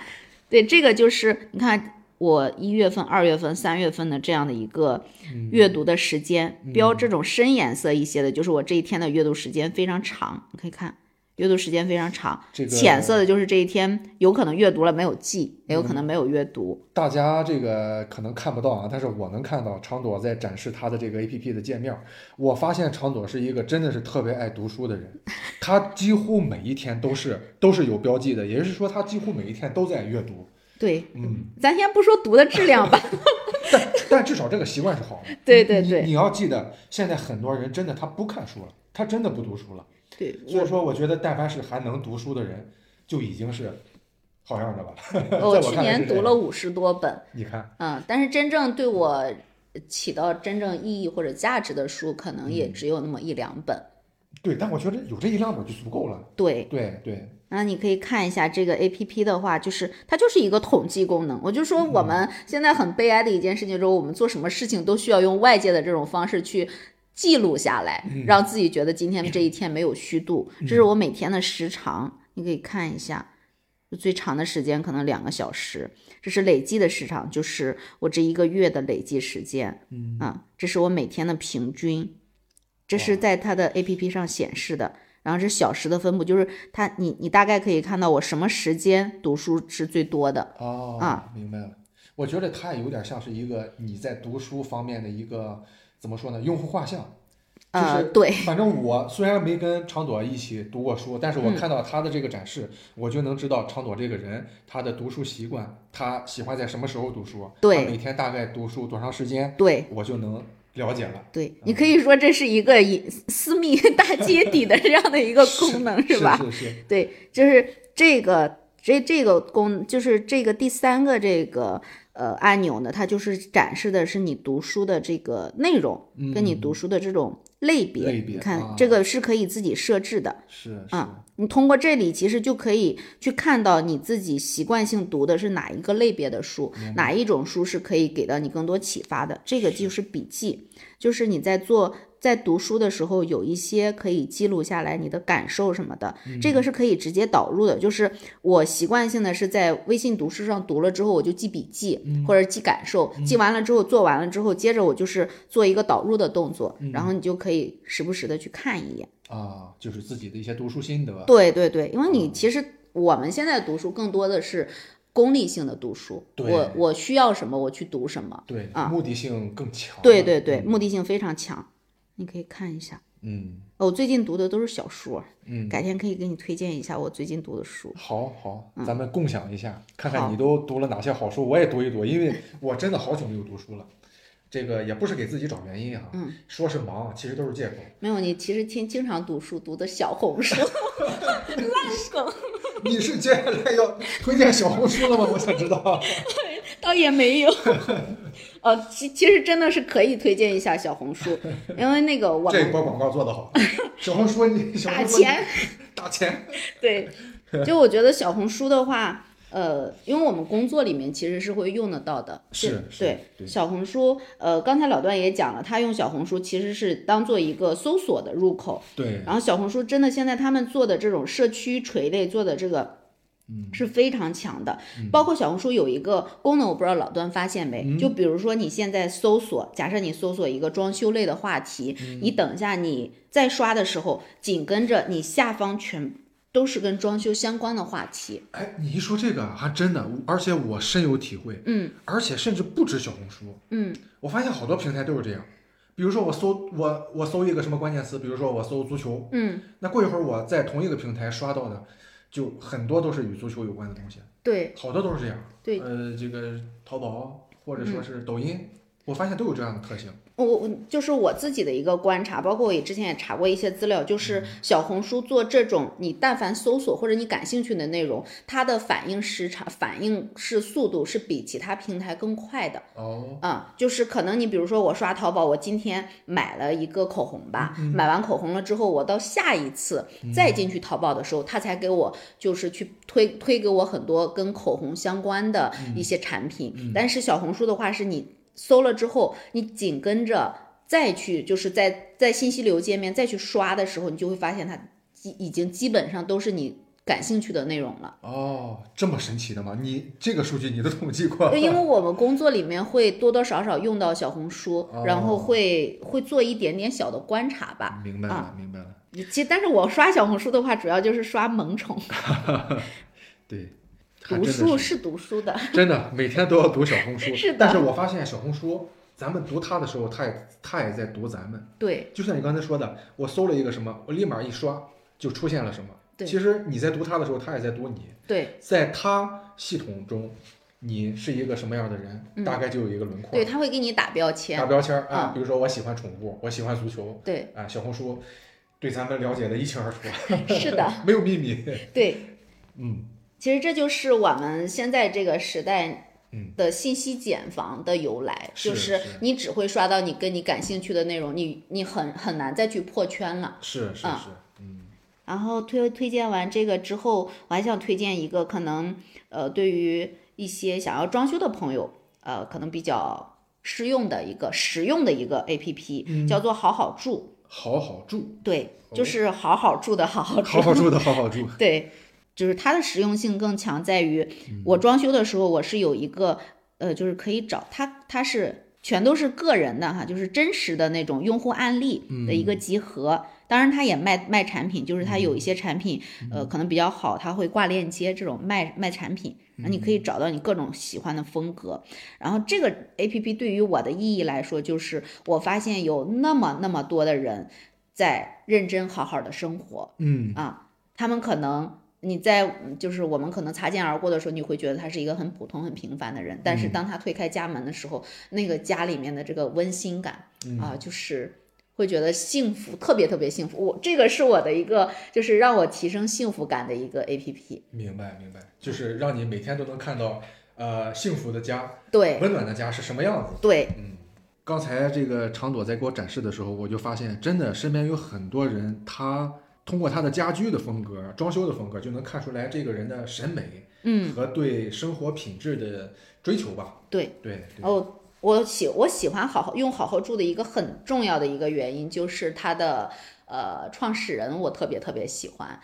B: 对，这个就是你看我一月份、二月份、三月份的这样的一个
A: 嗯
B: 阅读的时间，标这种深颜色一些的，就是我这一天的阅读时间非常长。你可以看，阅读时间非常长。
A: 这个
B: 浅色的就是这一天有可能阅读了没有记，也有
A: 嗯
B: 可能没有阅读。
A: 大家这个可能看不到啊，但是我能看到长朵在展示她的这个 A P P 的界面儿。我发现长朵是一个真的是特别爱读书的 人，她几乎每一天都是都是有标记的，也就是说她几乎每一天都在阅读。
B: 对，
A: 嗯，
B: 咱先不说读的质 量吧，
A: 但但至少这个习惯是好的。
B: 对对
A: 你
B: 对
A: 你要记得，现在很多人真的他不看书了，他真的不读书了。
B: 对，
A: 所以说，我觉得但凡是还能读书的人，就已经是好样的了。
B: 我
A: 在
B: 我
A: 我
B: 去
A: 看来是
B: 年
A: 这
B: 读
A: 样
B: 了五十多本。
A: 你看，
B: 嗯，但是真正对我起到真正意义或者价值的书，可能也只有那么一两本。
A: 对，但我觉得有这一两本就足够了。
B: 对，
A: 对对，
B: 那你可以看一下这个 A P P 的话，就是它就是一个统计功能。我就说我们现在很悲哀的一件事情，就是我们做什么事情都需要用外界的这种方式去记录下来，让自己觉得今天这一天没有虚度。这是我每天的时长，你可以看一下，就最长的时间可能两个小时，这是累计的时长，就是我这一个月的累计时间。嗯啊，这是我每天的平均，这
A: 哦
B: 是在它的 A P P 上显示的。然后是小时的分布，就是它，你你大概可以看到我什么时间读书是最多的。
A: 哦，
B: 啊
A: 明白了。我觉得它也有点像是一个你在读书方面的一个怎么说呢，用户画像。就
B: 呃，
A: 是
B: 对，
A: 反正我虽然没跟长朵一起读过书，但是我
B: 嗯
A: 看到他的这个展示，我就能知道长朵这个人他的读书习惯，他喜欢在什么时候读书，
B: 对
A: 他每天大概读书多长时间，
B: 对
A: 我就能了解了。
B: 对，你可以说这是一个隐私密大揭底的这样的一个功能，
A: 是
B: 吧？
A: 是是，
B: 对，就是这个这这个功，就是这个第三个这个呃按钮呢，它就是展示的是你读书的这个内容，跟你读书的这种类
A: 嗯
B: 别。
A: 类别
B: 你看、
A: 啊
B: 这个是可以自己设置的。
A: 是是
B: 啊，你通过这里其实就可以去看到你自己习惯性读的是哪一个类别的书，哪一种书是可以给到你更多启发的。这个就是笔记，就是你在做在读书的时候有一些可以记录下来你的感受什么的，这个是可以直接导入的。就是我习惯性的是在微信读书上读了之后，我就记笔记、或者记感受，记完了之后做完了之后，接着我就是做一个导入的动作，然后你就可以时不时的去看一眼。
A: 啊，就是自己的一些读书心得。
B: 对对对，因为
A: 嗯
B: 你其实我们现在读书更多的是功利性的读书，
A: 对
B: 我我需要什么我去读什么，
A: 对，
B: 啊
A: 目的性更强。
B: 对对对，目的性非常强，你可以看一下。
A: 嗯
B: 哦我最近读的都是小说，
A: 嗯，
B: 改天可以给你推荐一下我最近读的书。
A: 好好，咱们共享一下，看看
B: 嗯好
A: 你都读了哪些好书，我也读一读，因为我真的好久没有读书了。这个也不是给自己找原因啊，
B: 嗯
A: 说是忙，其实都是借口。
B: 没有，你其实经经常读书，读的小 红书，烂 梗
A: 你是接下来要推荐小红书了吗？我想知道。
B: 倒也没有。 呃，其其实真的是可以推荐一下小红书，因为那个我
A: 这
B: 们
A: 一波广告做得好，小红书你小
B: 打
A: 红书
B: 钱。
A: 打钱，
B: 对，就我觉得小红书的话，呃，因为我们工作里面其实是会用得到的，
A: 是
B: 对
A: 是
B: 对
A: 对
B: 小红书，呃，刚才老段也讲了，他用小红书其实是当做一个搜索的入口，
A: 对，
B: 然后小红书真的现在他们做的这种社区垂类做的这个。是非常强的，包括小红书有一个功能，我不知道老段发现没？就比如说你现在搜索，假设你搜索一个装修类的话题，你等一下你再刷的时候，紧跟着你下方全都是跟装修相关的话题。
A: 哎，你一说这个还真的，而且我深有体会，
B: 嗯
A: 而且甚至不止小红书，
B: 嗯，
A: 我发现好多平台都是这样。比如说我搜我我搜一个什么关键词，比如说我搜足球，
B: 嗯，
A: 那过一会儿我在同一个平台刷到的，就很多都是与足球有关的东西，
B: 对
A: 好多都是这样。
B: 对，嗯
A: 呃，这个淘宝或者说是抖音，我发现都有这样的特性。
B: 我我就是我自己的一个观察，包括我也之前也查过一些资料，就是小红书做这种你但凡搜索或者你感兴趣的内容，它的反应时长、反应是速度是比其他平台更快的。
A: 哦，
B: 嗯，就是可能你比如说我刷淘宝，我今天买了一个口红吧，买完口红了之后，我到下一次再进去淘宝的时候，它才给我就是去推推给我很多跟口红相关的一些产品。但是小红书的话，是你搜了之后，你紧跟着再去就是在在信息流界面再去刷的时候，你就会发现它已已经基本上都是你。感兴趣的内容了。
A: 哦，这么神奇的吗？你这个数据你都统计过
B: 就？因为我们工作里面会多多少少用到小红书，然后
A: 哦
B: 会会做一点点小的观察吧。
A: 明白了，
B: 啊
A: 明白了。
B: 其实，但是我刷小红书的话，主要就是刷萌宠，
A: 对，还啊真
B: 读
A: 的
B: 书
A: 是
B: 是读书 的，
A: 真的每天都要读小红书。
B: 是的
A: 但是我发现小红书，咱们读它的时候，它也它也在读咱们。
B: 对
A: 就像你刚才说的，我搜了一个什么，我立马一刷就出现了什么。
B: 对
A: 其实你在读它的时候，它也在读你。
B: 对
A: 在它系统中，你是一个什么样的人，
B: 嗯
A: 大概就有一个轮廓
B: 对，。他会给你打标
A: 打
B: 签，
A: 标签儿啊
B: 啊，
A: 比如说我喜欢宠物，我喜欢足球，
B: 对，
A: 啊，小红书对咱们了解的一清二楚，
B: 是的，
A: 没有秘密。
B: 对，
A: 嗯，
B: 其实这就是我们现在这个时代
A: 嗯
B: 的信息茧房的由来，
A: 是
B: 就是
A: 是
B: 你只会刷到你跟你感兴趣的内容，你你很很难再去破圈了。
A: 是是
B: 啊
A: 是，嗯，
B: 然后推推荐完这个之后，我还想推荐一个可能呃，对于一些想要装修的朋友，呃，可能比较适用的一个实用的一个 A P P，、叫做好好住。
A: 嗯好好住，
B: 对，就
A: 哦
B: 是好好住的好好住。
A: 好好住的好好 住，
B: 对，就是它的实用性更强在于，我装修的时候我是有一个呃，就是可以找它，它是全都是个人的哈，就是真实的那种用户案例的一个集合。当然，它也卖卖产品，就是它有一些产品，呃，可能比较好，它会挂链接这种卖卖产品，然后你可以找到你各种喜欢的风格。然后这个 A P P 对于我的意义来说，就是我发现有那么那么多的人在认真好好的生活，
A: 嗯，
B: 啊，他们可能你在嗯就是我们可能擦肩而过的时候，你会觉得他是一个很普通、很平凡的人，但是当他推开家门的时候，那个家里面的这个温馨感啊，就是。会觉得幸福，特别特别幸福。我这个是我的一个，就是让我提升幸福感的一个 A P P。
A: 明白明白，就是让你每天都能看到，呃，幸福的家，
B: 对
A: 温暖的家是什么样子。
B: 对，
A: 刚才这个常朵在给我展示的时候，我就发现，真的身边有很多人，他通过他的家居的风格、装修的风格，就能看出来这个人的审美，
B: 嗯，
A: 和对生活品质的追求吧。
B: 对
A: 对对，
B: 哦，我喜我喜欢好好用好好住的一个很重要的一个原因，就是它的呃创始人我特别特别喜欢，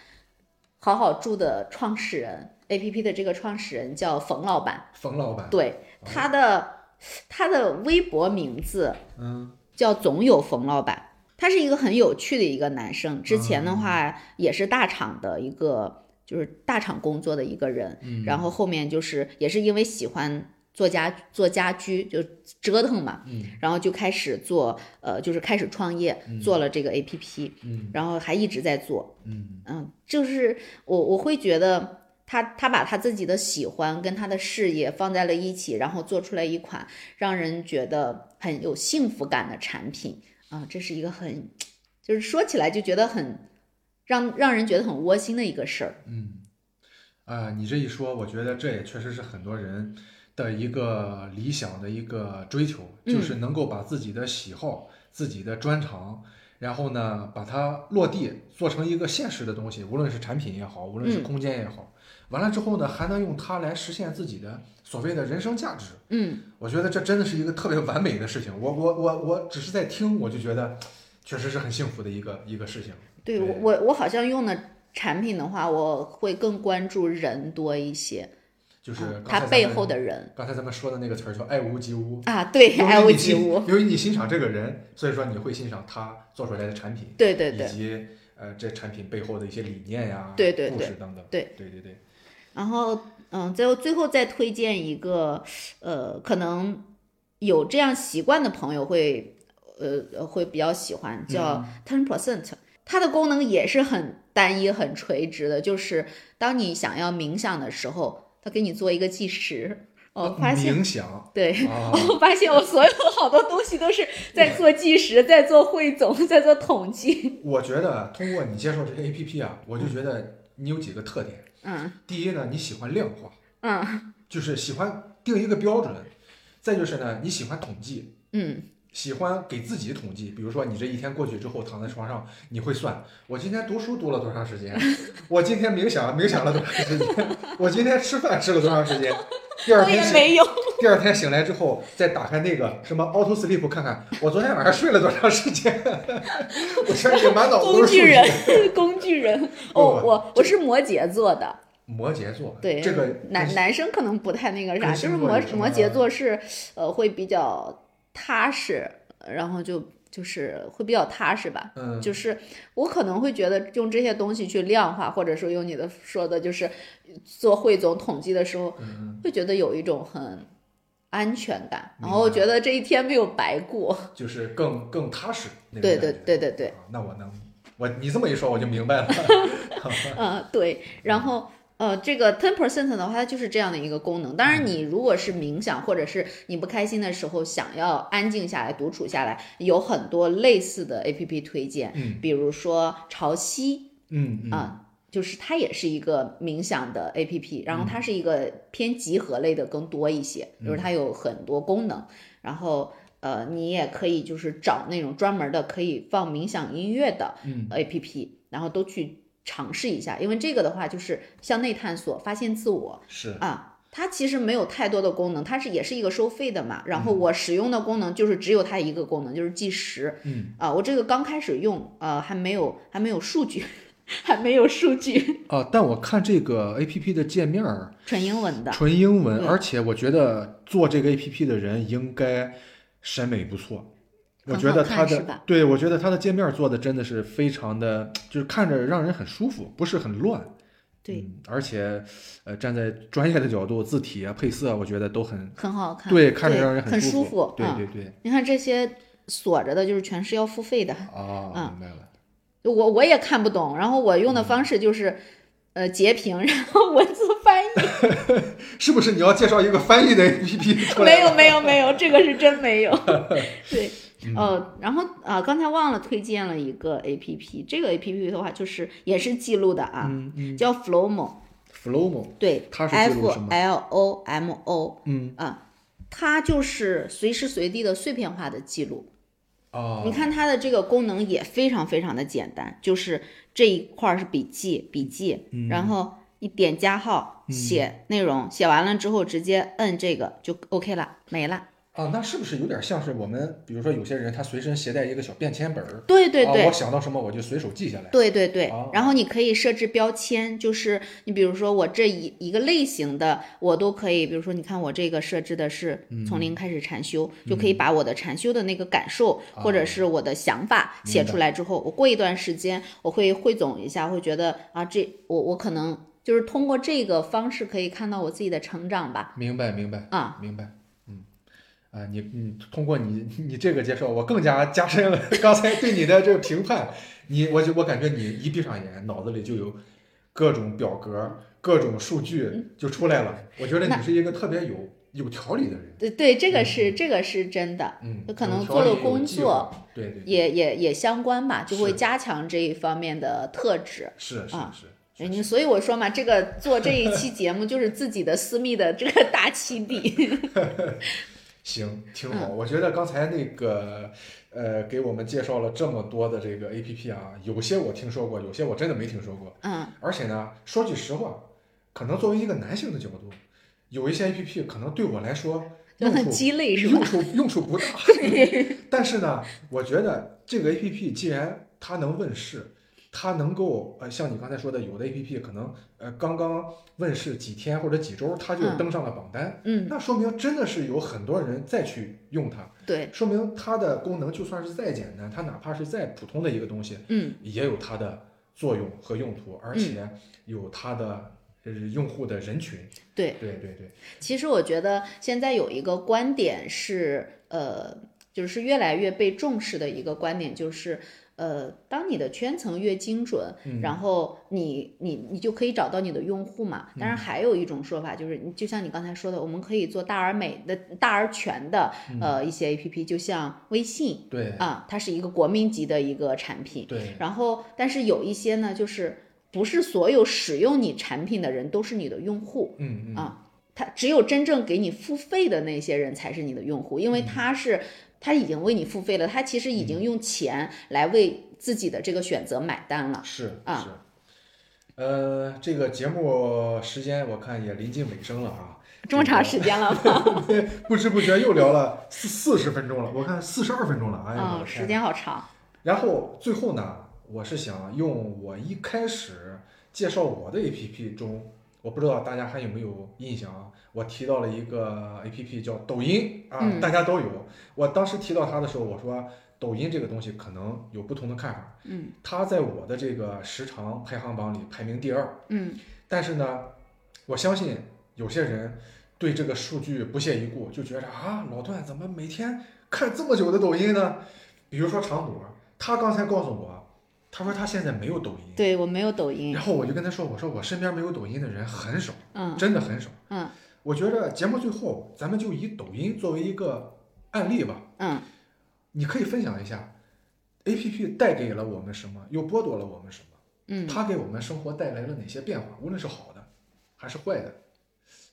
B: 好好住的创始人 A P P 的这个创始人叫冯老板，
A: 冯老板，
B: 对
A: 哦
B: 他的他的微博名字
A: 嗯，
B: 叫总有冯老板，他是一个很有趣的一个男生。之前
A: 嗯
B: 的话也是大厂的一个，就是大厂工作的一个人，
A: 嗯
B: 然后后面就是也是因为喜欢做家做家居，就折腾嘛，
A: 嗯
B: 然后就开始做呃，就是开始创业，做了这个 APP，
A: 嗯
B: 然后还一直在做，
A: 嗯
B: 嗯，就是我我会觉得他他把他自己的喜欢跟他的事业放在了一起，然后做出来一款让人觉得很有幸福感的产品啊、这是一个很就是说起来就觉得很让让人觉得很窝心的一个事儿。
A: 嗯，啊、你这一说，我觉得这也确实是很多人的一个理想的一个追求，
B: 嗯
A: 就是能够把自己的喜好、自己的专长。然后呢，把它落地做成一个现实的东西，无论是产品也好，无论是
B: 嗯
A: 空间也好，完了之后呢，还能用它来实现自己的所谓的人生价值。
B: 嗯，
A: 我觉得这真的是一个特别完美的事情。我我我我只是在听，我就觉得确实是很幸福的一个一个事情。
B: 对
A: 对
B: 我我我好像用的产品的话，我会更关注人多一些，
A: 就是
B: 嗯
A: 刚才
B: 他
A: 咱
B: 背
A: 们
B: 后的人
A: 刚才咱们说的那个词儿叫爱屋及乌，
B: 啊，对，爱
A: 由于
B: 屋
A: 你
B: 及
A: 欣
B: 乌，，
A: 由于你欣赏这个人，所以说你会欣赏他做出来的产品，
B: 对对对
A: 以。及呃这产品背后的一些理念呀、
B: 对对
A: 故
B: 对
A: 事等等，
B: 对
A: 对对对，
B: 然后，嗯，最后最后再推荐一个，呃，可能有这样习惯的朋友会，呃，会比较喜欢，叫
A: 嗯
B: Ten Percent。它的功能也是很单一、很垂直的，就是当你想要冥想的时候，它给你做一个计时。我发现，
A: 呃冥想
B: 对，
A: 啊
B: 我发现我所有好多东西都是在做计时，在做汇总，在做统计。
A: 我觉得通过你介绍这个 A P P 啊，我就觉得你有几个特点。
B: 嗯
A: 第一呢，你喜欢量化，
B: 嗯
A: 就是喜欢定一个标准；再就是呢，你喜欢统计，
B: 嗯，
A: 喜欢给自己统计。比如说，你这一天过去之后，躺在床上，你会算：我今天读书读了多 长时间？我今天冥想冥想了多长时间？我今天吃饭吃了多长时间？第二
B: 我
A: 天
B: 也
A: 醒，
B: 没有。
A: 第二天醒来之后再打开那个什么 Auto Sleep 看看，我昨天晚上睡了多长时间？ 我相信满脑子
B: 工
A: 都是数
B: 具
A: 据。
B: 人，工具人。哦，
A: 不
B: 我我是摩羯座的，
A: 摩羯座，
B: 对，
A: 这个
B: 男男生可能不太那个啥，
A: 跟
B: 就
A: 星
B: 是
A: 座
B: 摩
A: 有什么
B: 摩羯座是呃会比较踏实，然后就就是会比较踏实吧。
A: 嗯，
B: 就是我可能会觉得用这些东西去量化，或者说用你的说的，就是做汇总统计的时候，
A: 嗯
B: 会觉得有一种很安全感，
A: 明白
B: 然后觉得这一天没有白过。
A: 就是更更踏实那种
B: 对
A: 感
B: 对
A: 觉
B: 对对对，
A: 啊那我能，我你这么一说我就明 白了。
B: 嗯，对，然后。呃，这个 ten percent 的话，它就是这样的一个功能。当然，你如果是冥想，或者是你不开心的时候，想要安静下来、独处下来，有很多类似的 A P P 推荐，
A: 嗯
B: 比如说潮汐
A: 嗯嗯
B: 啊、就是它也是一个冥想的 A P P，然后
A: 嗯
B: 它是一个偏集合类的更多一些，就是它有很多功能。然后呃，你也可以就是找那种专门的可以放冥想音乐的，
A: 嗯
B: A P P，然后都去尝试一下，因为这个的话就是向内探索，发现自我
A: 是
B: 啊。它其实没有太多的功能，它是也是一个收费的嘛。然后
A: 嗯
B: 我使用的功能就是只有它一个功能，就是计时
A: 嗯
B: 啊。我这个刚开始用，呃，还没有还没有数据， 还没有数据，
A: 啊，但我看这个 A P P 的界面儿
B: 纯英文的。
A: 纯英文，
B: 嗯
A: 而且我觉得做这个 A P P 的人应该审美不错。我
B: 很
A: 觉
B: 好
A: 得
B: 看
A: 它
B: 是
A: 的
B: 吧
A: 对，我觉得它的界面做的真的是非常的，就是看着让人很舒服，不是很乱。
B: 对
A: 嗯，而且，呃，站在专业的角度，字体啊、配色啊，我觉得都很
B: 很好看，
A: 对，看着
B: 对
A: 让人
B: 很
A: 舒
B: 舒服
A: 对
B: 嗯
A: 对对，
B: 你看这些锁着的，就是全是要付费的，
A: 啊，
B: 嗯
A: 明白了。
B: 我我也看不懂。然后我
A: 嗯
B: 用的方式就是，呃，截屏， 然后文字翻译。
A: 是不是你要介绍一个翻译的 A P P 出来？
B: 没有没有没有，这个是真 没有。对，
A: 嗯
B: 呃，然后啊、刚才忘了推荐了一个 A P P，这个 A P P 的话就是也是记录的啊，
A: 嗯嗯
B: 叫 Flomo，
A: ，Flowmo，
B: 对
A: 它是记录什
B: ，F
A: 么
B: L O M O
A: 嗯
B: 啊。它就是随时随地的碎片化的记录，
A: 啊，
B: 你看它的这个功能也非常非常的简单，就是这一块儿是笔记，笔记，
A: 嗯
B: 然后一点加号写内容，写完了之后直接摁这个就 OK 了，没了。
A: 啊，那是不是有点像是我们，比如说有些人他随身携带一个小便签本儿，
B: 对对
A: 啊
B: 对，
A: 我想到什么我就随手记下来。
B: 对对对
A: 哦，
B: 然后你可以设置标签，就是你比如说我这一一个类型的，我都可以，比如说你看我这个设置的是
A: 嗯
B: 从零开始禅修，就可以把我的禅修的那个感受、或者是我的想法
A: 哦明
B: 写
A: 白
B: 出来之后，我过一段时间我会汇总一下，会觉得啊，这我我可能就是通过这个方式可以看到我自己的成长吧，
A: 明白明白
B: 啊，
A: 明白，嗯，啊，你你通过你你这个介绍，我更加加深了 刚才对你的这个评判。你我就我感觉你一闭上眼，脑子里就有各种表格、各种数据就出来了。我觉得
B: 嗯那
A: 你是一个特别有有条理的人，
B: 对对，这个是这个是真的，
A: 嗯，
B: 就可
A: 有
B: 能
A: 条
B: 做
A: 理
B: 了
A: 有
B: 工
A: 计
B: 作
A: 划，对对，
B: 也也也相关吧，就会
A: 是
B: 加强这一方面的特质。
A: 是是
B: 啊
A: 是
B: 哎，
A: 是，
B: 你所以我说嘛，这个做这一期节目就是自己的私密的这个大起底。
A: 行，挺好。我觉得刚才那个呃，给我们介绍了这么多的这个 A P P 啊，有些我听说过，有些我真的没听说过。
B: 嗯，
A: 而且呢，说句实话，可能作为一个男性的角度，有一些 A P P 可能对我来说
B: 就
A: 用
B: 很
A: 处
B: 鸡肋是
A: 用
B: 吧？
A: 处用处 不大。但是呢，我觉得这个 A P P 既然它能问世，它能够呃，像你刚才说的，有的 A P P 可能呃刚刚问世几天或者几周，它就
B: 嗯
A: 登上了榜单，
B: 嗯，
A: 那说明真的是有很多人再去用它，
B: 对，
A: 说明它的功能就算是再简单，它哪怕是再普通的一个东西，
B: 嗯，
A: 也有它的作用和用途，而且有它的呃用户的人群。
B: 对
A: 对对对，
B: 其实我觉得现在有一个观点是，呃，就是越来越被重视的一个观点，就是，呃，当你的圈层越精准，
A: 嗯
B: 然后你你你就可以找到你的用户嘛。当然，还有一种说法就是，你就像你刚才说的，我们可以做大而美的、大而全的，呃，一些 A P P，就像微信。
A: 对
B: 啊，它是一个国民级的一个产品。
A: 对，
B: 然后，但是有一些呢，就是不是所有使用你产品的人都是你的用户，
A: 嗯嗯，
B: 他只有真正给你付费的那些人才是你的用户，因
A: 嗯
B: 为他是他已经为你付费了，他其实已经用钱来为自己的这个选择买单了。
A: 是
B: 啊
A: 是。呃，这个节目时间我看也临近尾声了啊，
B: 这么长时间了吗？
A: 不知不觉又聊了四四十分钟了，我看四十二分钟了，哎呀，我
B: 嗯，
A: 的
B: 时
A: 天！
B: 间好长。
A: 然后最后呢，我是想用我一开始介绍我的 APP 中，我不知道大家还有没有印象啊？我提到了一个 APP 叫抖音啊，
B: 嗯
A: 大家都有。我当时提到它的时候，我说抖音这个东西可能有不同的看法，
B: 嗯
A: 它在我的这个时长排行榜里排名第二。
B: 嗯
A: 但是呢，我相信有些人对这个数据不屑一顾，就觉着啊，老段怎么每天看这么久的抖音呢？比如说常朵，他刚才告诉我，他说他现在没有抖音，
B: 对我没有抖音
A: 然。后我就跟他说，我说我身边没有抖音的人很少，
B: 嗯
A: 真的很少。
B: 嗯
A: 我觉着节目最后咱们就以抖音作为一个案例吧，
B: 嗯
A: 你可以分享一下，A P P 带给了我们什么，又剥夺了我们什么。
B: 嗯，
A: 它给我们生活带来了哪些变化，无论是好的还是坏的，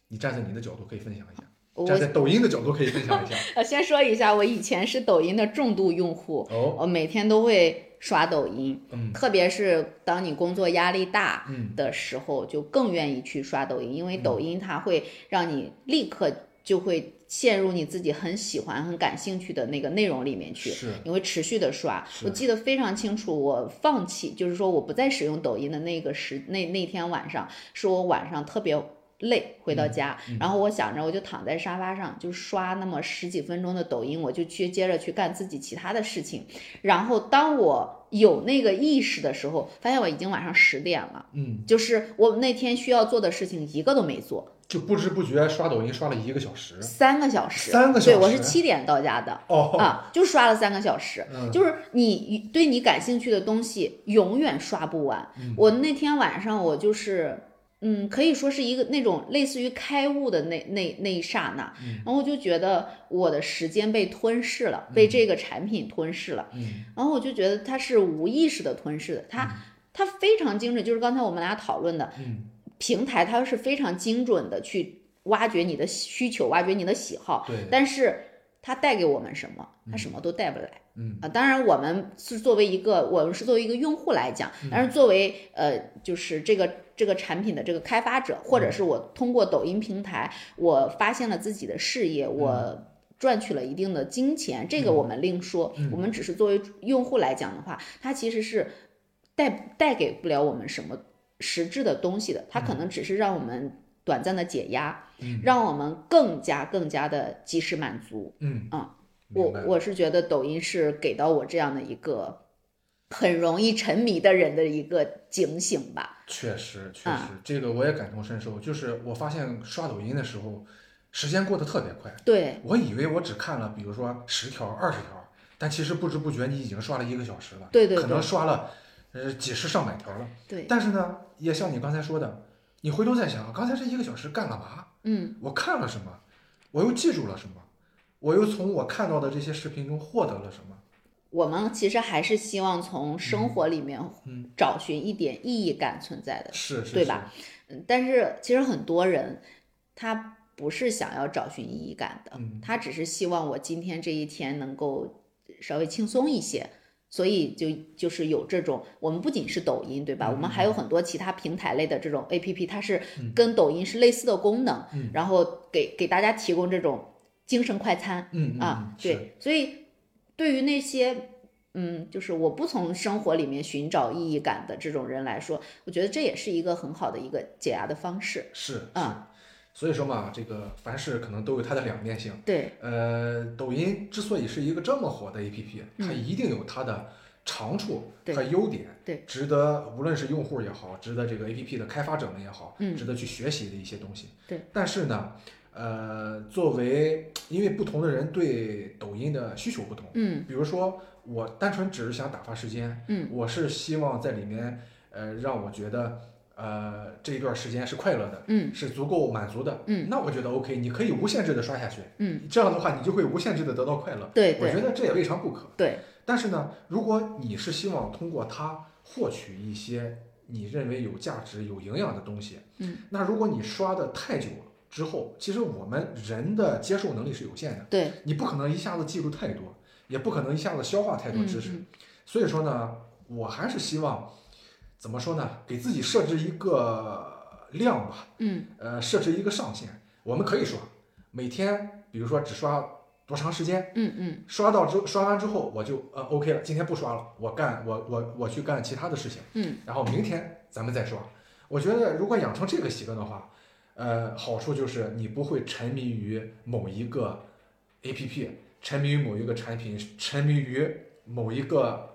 A: 你站在你的角度可以分享一下，
B: 我
A: 站在抖音的角度可以分享一下。
B: 呃先说一下，我以前是抖音的重度用户，
A: 哦，
B: 我呃每天都会刷抖音，
A: 嗯
B: 特别是当你工作压力大，
A: 嗯
B: 的时候，就更愿意去刷抖音，因为
A: 嗯
B: 抖音它会让你立刻就会陷入你自己很喜欢、很感兴趣的那个内容里面去。
A: 是
B: 你会持续的刷，
A: 是
B: 我记得非常清楚。我放弃，就是说我不再使用抖音的那个时那那天晚上，是我晚上特别累，回到家，
A: 嗯
B: 然后我想着我就躺在沙发上就刷那么十几分钟的抖音，我就去接着去干自己其他的事情。然后当我有那个意识的时候，发现我已经晚上十点了。
A: 嗯，
B: 就是我那天需要做的事情一个都没做，
A: 就不知不觉刷抖音刷了一个小时。
B: 三个小时，
A: 三个小时
B: 对我是七点到家的。
A: 哦，
B: 啊，就刷了三个小时，
A: 嗯
B: 就是你对你感兴趣的东西永远刷不完。
A: 嗯
B: 我那天晚上我就是，嗯，可以说是一个那种类似于开悟的那那那一刹那，
A: 嗯
B: 然后我就觉得我的时间被吞噬了，被这个产品吞噬了。
A: 嗯
B: 然后我就觉得它是无意识的吞噬的，它、它非常精准，就是刚才我们俩讨论的，
A: 嗯，
B: 平台它是非常精准的去挖掘你的需求，挖掘你的喜好，
A: 对，
B: 但是它带给我们什么？它什么都带不来
A: 嗯
B: 啊！当然，我们是作为一个我们是作为一个用户来讲，
A: 嗯
B: 但是作为呃，就是这个这个产品的这个开发者，或者是我通过抖音平台，我发现了自己的事业，我。赚取了一定的金钱，这个我们另说。
A: 嗯
B: 我们只是作为用户来讲的话，它其实是带带给不了我们什么实质的东西的，它可能只是让我们短暂的解压，
A: 嗯
B: 让我们更加更加的及时满足。
A: 嗯
B: 啊，我
A: 明白
B: 我是觉得抖音是给到我这样的一个很容易沉迷的人的一个警醒吧。
A: 确实确实
B: 啊，
A: 这个我也感同身受。就是我发现刷抖音的时候，时间过得特别快。
B: 对，
A: 我以为我只看了，比如说十条、二十条，但其实不知不觉你已经刷了一个小时了，
B: 对对
A: 可能
B: 对
A: 刷了呃几十上百条了。
B: 对，
A: 但是呢，也像你刚才说的，你回头再想，啊刚才这一个小时干了嘛？
B: 嗯，
A: 我看了什么？我又记住了什么？我又从我看到的这些视频中获得了什么？
B: 我们其实还是希望从生活里面
A: 嗯
B: 找寻一点意义感存在的。
A: 是是，
B: 对
A: 是
B: 吧？嗯，但是其实很多人他不是想要找寻意义感的，
A: 嗯
B: 他只是希望我今天这一天能够稍微轻松一些。所以就就是有这种，我们不仅是抖音，对吧？我们还有
A: 嗯
B: 很多其他平台类的这种 A P P，它是跟抖音是类似的功能，
A: 嗯
B: 然后给给大家提供这种精神快餐，
A: 嗯嗯
B: 啊
A: 嗯，是
B: 对，所以对于那些嗯，就是我不从生活里面寻找意义感的这种人来说，我觉得这也是一个很好的一个解压的方式。
A: 是是
B: 啊
A: 所以说嘛，这个凡事可能都有它的两面性。
B: 对，
A: 呃，抖音之所以是一个这么火的 APP，
B: 嗯
A: 它一定有它的长处
B: 对
A: 和优点，
B: 对
A: 值得无论是用户也好，值得这个 APP 的开发者们也好，
B: 嗯
A: 值得去学习的一些东西。
B: 对，
A: 但是呢，呃，作为因为不同的人对抖音的需求不同，
B: 嗯
A: 比如说我单纯只是想打发时间，
B: 嗯，
A: 我是希望在里面，呃，让我觉得，呃，这一段时间是快乐的，
B: 嗯
A: 是足够满足的，
B: 嗯，
A: 那我觉得 OK，你可以无限制的刷下去，
B: 嗯，
A: 这样的话你就会无限制的得到快乐，
B: 对
A: 我觉
B: 对
A: 得这也未尝不可。
B: 对，
A: 但是呢，如果你是希望通过它获取一些你认为有价值、有营养的东西，
B: 嗯，
A: 那如果你刷的太久了之后，其实我们人的接受能力是有限的，
B: 对，
A: 你不可能一下子记住太多，也不可能一下子消化太多
B: 嗯
A: 知识，
B: 嗯
A: 所以说呢，我还是希望怎么说呢，给自己设置一个量吧，
B: 嗯
A: 呃，设置一个上限。我们可以刷，每天比如说只刷多长时间，
B: 嗯嗯
A: 刷到之刷完之后我就呃 OK 了，今天不刷了，我干我我我去干其他的事情，
B: 嗯，
A: 然后明天咱们再刷。我觉得如果养成这个习惯的话，呃，好处就是你不会沉迷于某一个 APP，沉迷于某一个产品，沉迷于某一个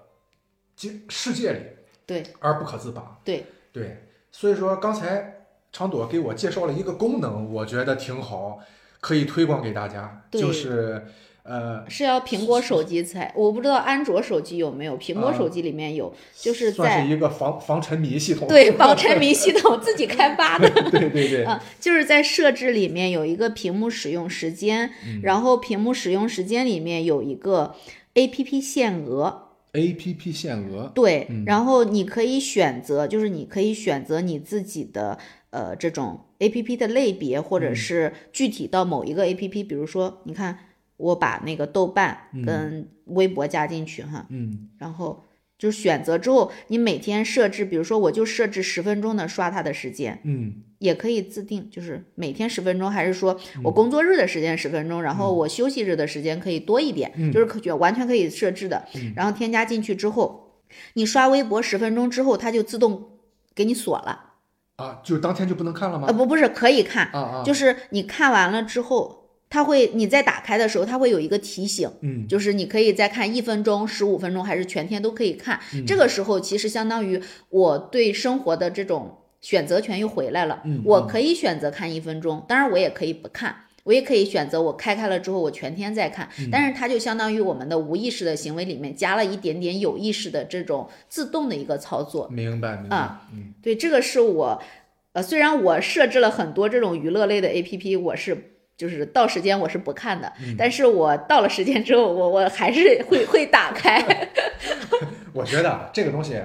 A: 经世界里，
B: 对，
A: 而不可自拔。
B: 对
A: 对，所以说刚才常朵给我介绍了一个功能，我觉得挺好，可以推广给大家，
B: 对
A: 就是呃，
B: 是要苹果手机才，我不知道安卓手机有没有，苹果手机里面有，就是
A: 啊算
B: 在
A: 是一个防防沉迷系统。
B: 对防沉迷系统自己开发的，
A: 对对对，
B: 嗯，就是在设置里面有一个屏幕使用时间，然后屏幕使用时间里面有一个 A P P 限额，
A: A P P 限额，
B: 对，然后你可以选择，就是你可以选择你自己的呃这种 A P P 的类别，或者是具体到某一个 A P P，比如说你看我把那个豆瓣跟微博加进去哈，
A: 嗯，
B: 然后。就是选择之后，你每天设置，比如说我就设置十分钟的刷它的时间，
A: 嗯，
B: 也可以自定，就是每天十分钟，还是说我工作日的时间十分钟，然后我休息日的时间可以多一点，就是可选完全可以设置的。然后添加进去之后，你刷微博十分钟之后，它就自动给你锁了。
A: 啊，就当天就不能看了吗
B: 呃，？不，不是可以看，
A: 啊啊，
B: 就是你看完了之后，它会你再打开的时候，它会有一个提醒。
A: 嗯，
B: 就是你可以再看一分钟、十五分钟，还是全天都可以看。
A: 嗯
B: 这个时候其实相当于我对生活的这种选择权又回来了。
A: 嗯
B: 我可以选择看一分钟，当然我也可以不看。我也可以选择我开开了之后我全天再看，
A: 嗯
B: 但是它就相当于我们的无意识的行为里面加了一点点有意识的这种自动的一个操作。
A: 明白明白
B: 啊，
A: 嗯，
B: 对，这个是我，呃，虽然我设置了很多这种娱乐类的 A P P，我是就是到时间我是不看的，
A: 嗯
B: 但是我到了时间之后，我我还是会会 打开，
A: 我觉得啊这个东西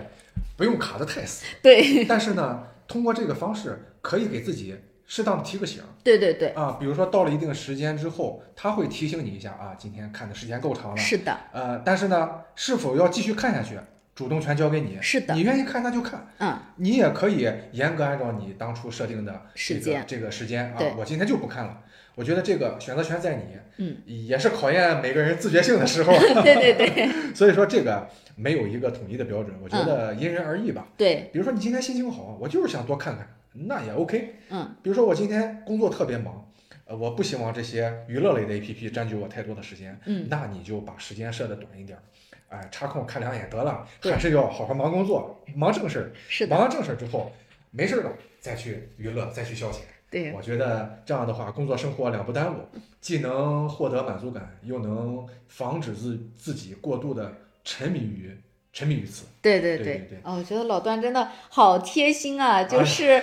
A: 不用卡得太 死，
B: 对
A: 但是呢，通过这个方式可以给自己适当的提个醒
B: 对对对，
A: 啊，比如说到了一定时间之后，它会提醒你一下啊，今天看的时间够长了，
B: 是的，
A: 呃，但是呢，是否要继续看下去，主动权交给你，
B: 是的
A: 你愿意看那就看，
B: 嗯，
A: 你也可以严格按照你当初设定的这
B: 时
A: 个
B: 间
A: 这个时间啊
B: 对，
A: 我今天就不看了。我觉得这个选择权在你，
B: 嗯，
A: 也是考验每个人自觉性的 时候。
B: 对对 对
A: 所以说这个没有一个统一的标准，我
B: 嗯
A: 觉得因人而异吧。
B: 对，
A: 比如说你今天心情好，我就是想多看看，那也 OK。
B: 嗯，
A: 比如说我今天工作特别忙，呃，我不希望这些娱乐类的 APP 占据我太多的时间，
B: 嗯，
A: 那你就把时间设的短一点儿，哎、插空看两眼得了，
B: 对
A: 还是要好好忙工作，忙正事儿。
B: 是的，
A: 忙完正事儿之后，没事儿了再去娱乐，再去消遣。
B: 对
A: 我觉得这样的话，工作生活两不耽误，既能获得满足感，又能防止自自己过度的沉迷于沉迷于此。
B: 对对
A: 对对对
B: 哦，我觉得老段真的好贴心啊，就
A: 哎
B: 是。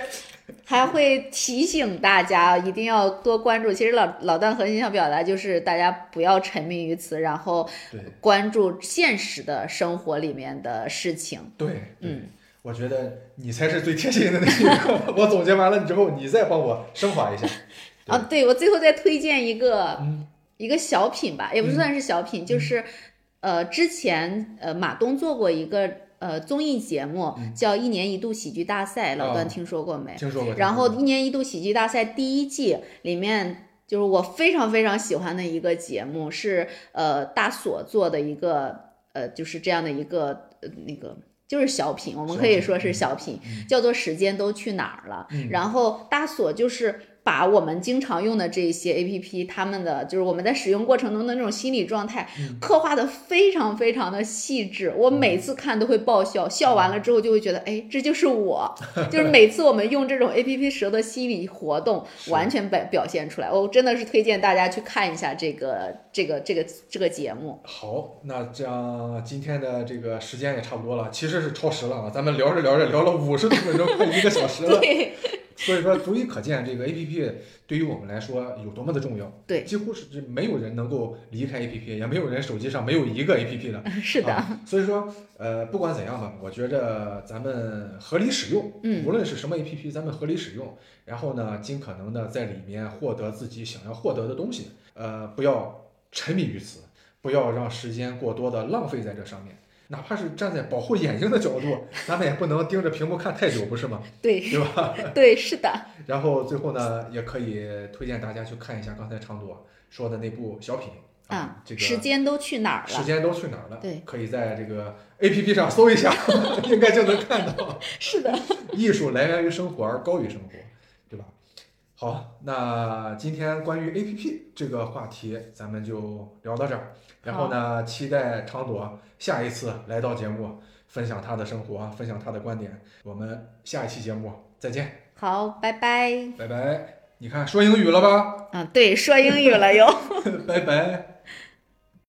B: 还会提醒大家一定要多关注。其实老老段核心想表达就是大家不要沉迷于此，然后
A: 对
B: 关注现实的生活里面的事情。
A: 对对，
B: 嗯
A: 我觉得你才是最贴心的那一个。 我总结完了之后，你再帮我升华一下。对
B: 啊，对，我最后再推荐一个、
A: 嗯
B: 一个小品吧，也不算是小品，就是呃，之前呃马东做过一个呃综艺节目，叫《一年一度喜剧大赛》，老
A: 嗯
B: 段
A: 哦
B: 听说过没？
A: 听说过。
B: 哎然后
A: 听
B: 一年一度喜剧大赛第一季里面，就是我非常非常喜欢的一个节目，是呃大所做的一个呃就是这样的一个、呃、那个。就是小品，我们可以说是小品，嗯叫做《时间都去哪儿了》。然后大所就是把我们经常用的这些 A P P，他们的就是我们在使用过程中的那种心理状态，刻画的非常非常的细致。我每次看都会爆笑，笑完了之后就会觉得，哎，这就是我， 就是每次我们用这种 A P P 时候的心理活动，
A: 是
B: 完全表表现出来。我真的是推荐大家去看一下这个这个这个这个节
A: 过
B: 目。
A: 好，那这样今天的这个时间也差不多了，其实是超时了啊。咱们聊着聊着聊了五十多分钟，快一个小时了。
B: 对
A: 所以说，足以可见这个 A P P 对于我们来说有多么的重要。
B: 对
A: 几乎是没有人能够离开 A P P，也没有人手机上没有一个 A P P 的。
B: 是的，
A: 啊所以说，呃，不管怎样吧，我觉着咱们合理使用，
B: 嗯
A: 无论是什么 A P P，咱们合理使用，然后呢，尽可能的在里面获得自己想要获得的东西，呃，不要沉迷于此，不要让时间过多的浪费在这上面。哪怕是站在保护眼睛的角度，咱们也不能盯着屏幕看太久，不是吗？
B: 对，
A: 对吧？啊
B: 对，是的，
A: 然后最后呢，也可以推荐大家去看一下刚才常朵说的那部小品
B: 啊，
A: 这个
B: 时间都去哪儿
A: 时
B: 了？
A: 间都去哪儿了？
B: 对，
A: 可以在这个 A P P 上搜一下， 应该就能 看到。
B: 是的，
A: 艺术来源于生活，而高于生活，对吧？好，那今天关于 A P P 这个话题，咱们就聊到这儿。然后呢，期待常朵下一次来到节目，分享她的生活，分享她的观点。我们下一期节目再见，
B: 好，拜拜。嗯
A: 拜拜。你看，说英语了吧？
B: 啊，对，说英语了又。
A: 拜拜。